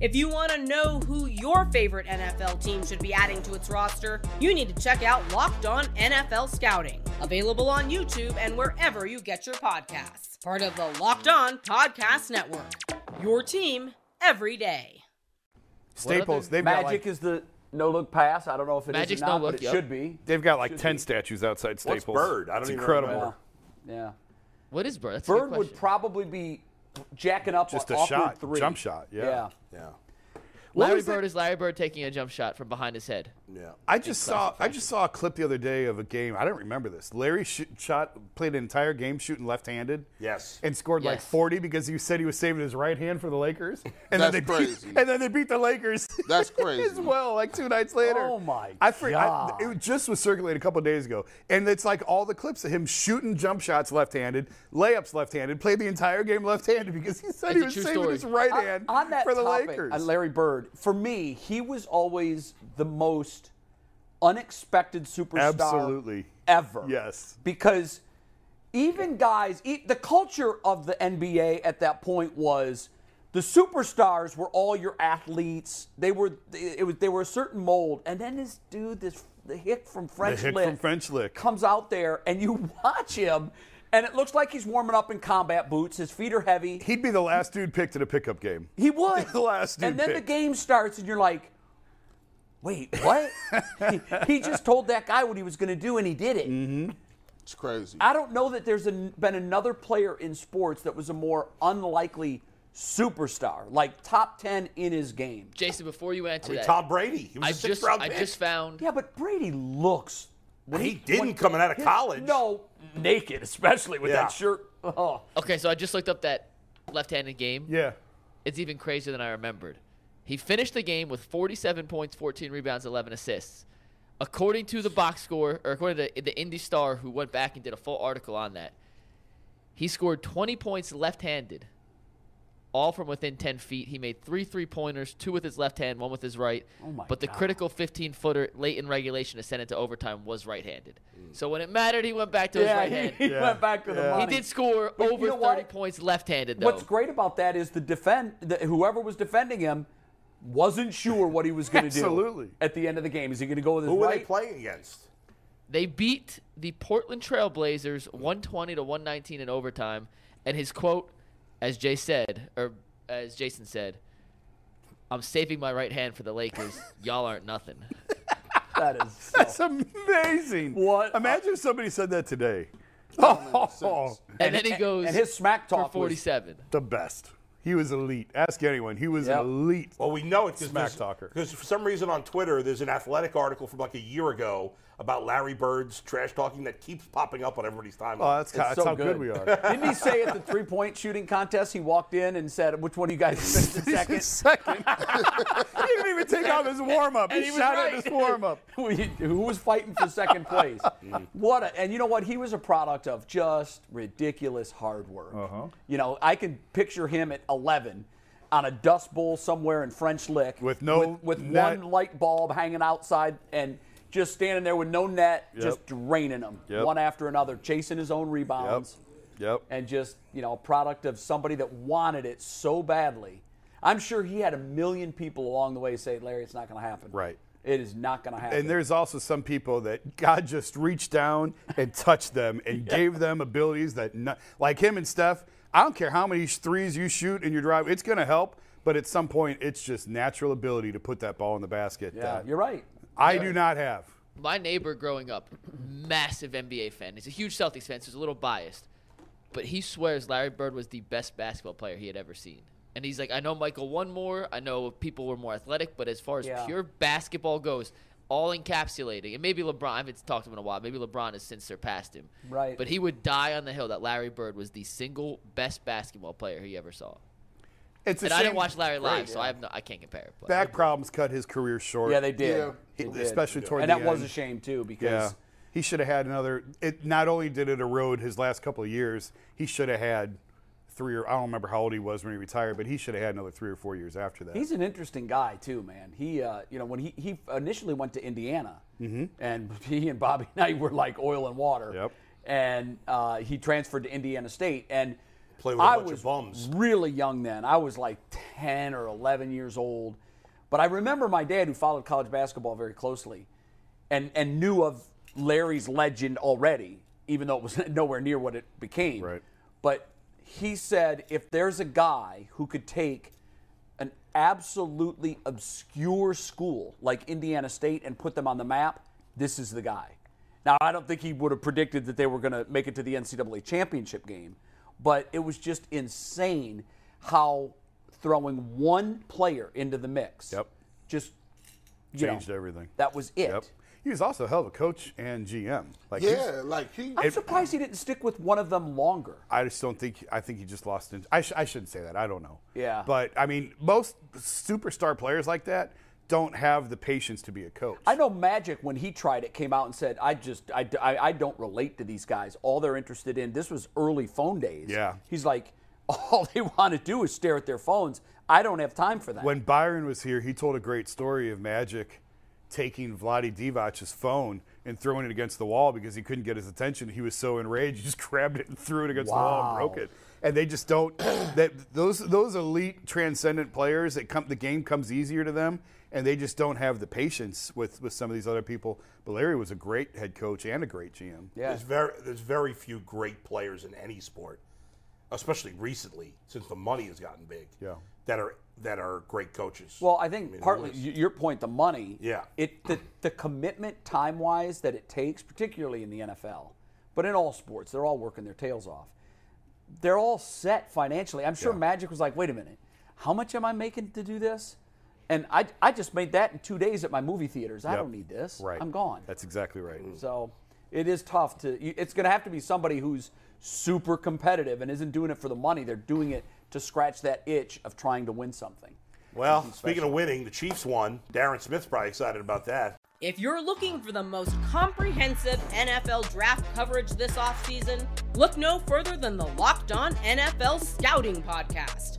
S6: If you want to know who your favorite NFL team should be adding to its roster, you need to check out Locked On NFL Scouting, available on YouTube and wherever you get your podcasts. Part of the Locked On Podcast Network. Your team every day.
S4: Staples.
S5: other-
S4: They've got
S1: Magic
S4: like,
S1: is the no look pass. I don't know if it is
S5: Magic's
S1: or not,
S5: no-look,
S1: but it
S5: yep.
S1: should be.
S4: they've got like ten statues outside
S2: What's
S4: Staples.
S2: Bird? I don't
S4: it's
S2: even
S4: incredible.
S2: remember.
S1: Yeah.
S5: What is Bird? That's a good
S1: Bird would
S5: question.
S1: probably be jacking up
S4: Just
S1: on
S4: a
S1: awkward
S4: shot,
S1: three.
S4: jump shot, yeah.
S1: yeah.
S2: Yeah.
S4: What
S5: Larry
S4: was that-
S5: Bird is Larry Bird taking a jump shot from behind his head.
S2: Yeah.
S4: I just saw I just saw a clip the other day of a game. I don't remember this. Larry sh- shot played an entire game shooting left-handed.
S2: Yes.
S4: And scored like
S5: Yes.
S4: 40 because he said he was saving his right hand for the Lakers. And
S3: That's
S4: then they
S3: crazy.
S4: Beat, and then they beat the Lakers.
S1: *laughs*
S3: That's crazy.
S4: as well. Like two nights later.
S1: Oh, my
S4: I fr- I,
S1: God.
S4: it just was circulated a couple days ago, and it's like all the clips of him shooting jump shots left-handed, layups left-handed, played the entire game left-handed because he
S5: That's
S4: said he
S5: a
S4: was
S5: true
S4: saving
S5: story.
S4: his
S1: *laughs*
S4: right
S1: On-
S4: hand
S1: on that
S4: for the
S1: topic,
S4: Lakers.
S1: on Uh, Larry Bird, for me, he was always the most unexpected superstar
S4: Absolutely.
S1: ever.
S4: Yes.
S1: Because even guys, e- the culture of the NBA at that point was the superstars were all your athletes. They were it was they were a certain mold. And then this dude, this the hick from French
S4: hick
S1: Lick
S4: from French Lick.
S1: comes out there and you *laughs* watch him and it looks like he's warming up in combat boots. His feet are heavy.
S4: He'd be the last dude picked in a pickup game.
S1: He
S2: *laughs*
S1: would.
S4: The last dude
S1: And then
S4: picked.
S1: the game starts, and you're like, wait,
S2: *laughs*
S1: what? he, he just told that guy what he was going to do, and he did it.
S2: Mm-hmm.
S3: It's crazy.
S1: I don't know that there's an been another player in sports that was a more unlikely superstar, like top 10 in his game.
S5: Jason, before you
S2: I
S5: answer
S2: mean,
S5: that,
S2: Tom Brady. He was
S5: I
S2: a sixth
S5: just
S2: round
S5: I
S2: pick.
S5: just found
S1: Yeah, but Brady looks
S2: When he didn't coming out of college.
S1: No, naked, especially with
S2: Yeah.
S1: that shirt. Oh,
S5: Okay, so I just looked up that left-handed game.
S4: Yeah.
S5: It's even crazier than I remembered. He finished the game with 47 points, 14 rebounds, 11 assists. According to the box score, or according to the Indy Star, who went back and did a full article on that, he scored 20 points left-handed, all from within 10 feet. He made three three-pointers, two with his left hand, one with his right. Oh
S1: my
S5: but the critical 15-footer late in regulation to send it to overtime was right-handed. So when it mattered, he went back to his
S1: Mm. yeah,
S5: right
S1: he,
S5: hand.
S1: he went back to the
S4: Yeah.
S5: He
S1: money.
S5: did score
S1: But you
S5: over
S1: know
S5: 30
S1: what?
S5: points left-handed, though.
S1: What's great about that is the defend the, whoever was defending him wasn't sure what he was going to do.
S4: Absolutely.
S1: At the end of the game, is he going to go with his
S2: Who were
S1: right?
S2: they playing against?
S5: They beat the Portland Trailblazers 120 to 119 in overtime. And his quote, as Jay said, or as Jason said, I'm saving my right hand for the Lakers. Y'all aren't nothing.
S1: That is.
S4: *laughs*
S1: so-
S4: That's amazing.
S1: What?
S4: Imagine if somebody said that today.
S3: sense.
S4: *laughs* Oh,
S5: And, then he goes
S1: and his smack
S5: for
S1: talk was
S5: 47.
S4: the best. He was elite. Ask anyone. He was
S1: Yep.
S4: an elite.
S2: Well, we know it's
S4: Smack talker.
S2: Because for some reason on Twitter, there's an athletic article from like a year ago about Larry Bird's trash talking that keeps popping up on everybody's timeline.
S4: Oh, that's, that's
S1: so
S4: how good,
S1: good. *laughs*
S4: we are. *laughs*
S1: Didn't he say at the three point shooting contest he walked in and said, Which one of you guys finished
S4: *laughs*
S1: the second?
S4: Second. he didn't even take off his warm up. He,
S5: he was
S4: shot
S5: right.
S4: at his warm
S1: *laughs*
S4: up.
S1: Who you- Who was fighting for
S4: *laughs*
S1: second place? what a, and you know what? He was a product of just ridiculous hard work.
S4: Uh-huh.
S1: You know, I can picture him at 11 on a dust bowl somewhere in French Lick
S4: With no
S1: with, with
S4: net.
S1: one light bulb hanging outside and just standing there with no net, just draining them
S4: Yep.
S1: one after another, chasing his own rebounds.
S4: Yep.
S1: and just you know a product of somebody that wanted it so badly. I'm sure he had a million people along the way say, Larry, it's not going to happen.
S4: Right.
S1: It is not going to happen.
S4: And there's also some people that God just reached down and touched them and gave them abilities that, no, like him and Steph. I don't care how many threes you shoot in your drive, it's going to help. But at some point, it's just natural ability to put that ball in the basket.
S1: yeah,
S4: that
S1: you're right.
S4: I do not have.
S5: My neighbor growing up, massive NBA fan. He's a huge Celtics fan, so he's a little biased. But he swears Larry Bird was the best basketball player he had ever seen. And he's like, I know Michael won more. I know people were more athletic, but as far as
S1: Yeah.
S5: pure basketball goes, all encapsulating. And maybe LeBron, I haven't talked to him in a while. Maybe LeBron has since surpassed him.
S1: Right.
S5: But he would die on the hill that Larry Bird was the single best basketball player he ever saw.
S4: It's a
S5: and I didn't
S4: shame
S5: watch Larry live, so I have no, I can't compare. But
S4: Back problems cut his career short.
S1: Yeah, they did.
S3: Yeah.
S1: They did.
S4: especially toward
S1: and
S4: the
S1: that was
S4: end.
S1: a shame too
S4: Yeah.
S1: because
S4: He should have had another. It not only did it erode his last couple of years, he should have had three or I don't remember how old he was when he retired, but he should have had another three or four years after that.
S1: he's an interesting guy too, man. He, uh, you know, when he, he initially went to Indiana,
S2: Mm-hmm.
S1: and *laughs* he and Bobby Knight were like oil and water.
S4: Yep.
S1: And uh, he transferred to Indiana State and.
S2: Play with a
S1: I
S2: bunch of
S1: was
S2: bums.
S1: really young then. I was like 10 or 11 years old. But I remember my dad, who followed college basketball very closely and, and knew of Larry's legend already, even though it was *laughs* nowhere near what it became.
S4: Right.
S1: But he said if there's a guy who could take an absolutely obscure school like Indiana State and put them on the map, this is the guy. Now, I don't think he would have predicted that they were going to make it to the NCAA championship game, but it was just insane how throwing one player into the mix
S4: Yep.
S1: just you know,
S4: Changed everything.
S1: That was it.
S4: Yep. He was also a hell of a coach and GM. Like he's-
S3: Yeah, like he.
S1: I'm surprised he didn't stick with one of them longer.
S4: I just don't think. I think he just lost. In, I, sh- I shouldn't say that. I don't know.
S1: Yeah.
S4: But I mean, most superstar players like that don't have the patience to be a coach.
S1: I know Magic when he tried it came out and said, "I just I, I, I don't relate to these guys. All they're interested in this was early phone days.
S4: Yeah.
S1: he's like, *laughs* all they want to do is stare at their phones. I don't have time for that.
S4: When Byron was here, he told a great story of Magic taking Vladi Divac's phone and throwing it against the wall because he couldn't get his attention. He was so enraged, he just *laughs* grabbed it and threw it against the wall and
S1: Wow.
S4: broke it. And they
S1: *clears throat*
S4: just don't. That those those elite transcendent players that come the game comes easier to them, and they just don't have the patience with with some of these other people. But Larry was a great head coach and a great GM.
S1: yeah,
S2: There's very there's very few great players in any sport, especially recently since the money has gotten big.
S4: Yeah.
S2: That are that are great coaches.
S1: well, I think
S2: mean, it
S1: partly
S2: was-
S1: y your point, the money.
S2: Yeah.
S1: it the, the commitment time wise that it takes, particularly in the NFL, but in all sports, they're all working their tails off. They're all set financially. I'm sure Magic was like, wait a minute, how much am I making to do this? And I, I just made that in two days at my movie theaters. I
S4: Yep.
S1: don't need this.
S4: Right.
S1: I'm gone. Mm.
S4: That's exactly right.
S1: So it is tough to. you- It's going to have to be somebody who's super competitive and isn't doing it for the money. They're doing it to scratch that itch of trying to win something.
S2: Well, speaking of winning, the Chiefs won. Darren Smith's probably excited about that.
S6: If you're looking for the most comprehensive NFL draft coverage this offseason, look no further than the Locked On NFL Scouting Podcast.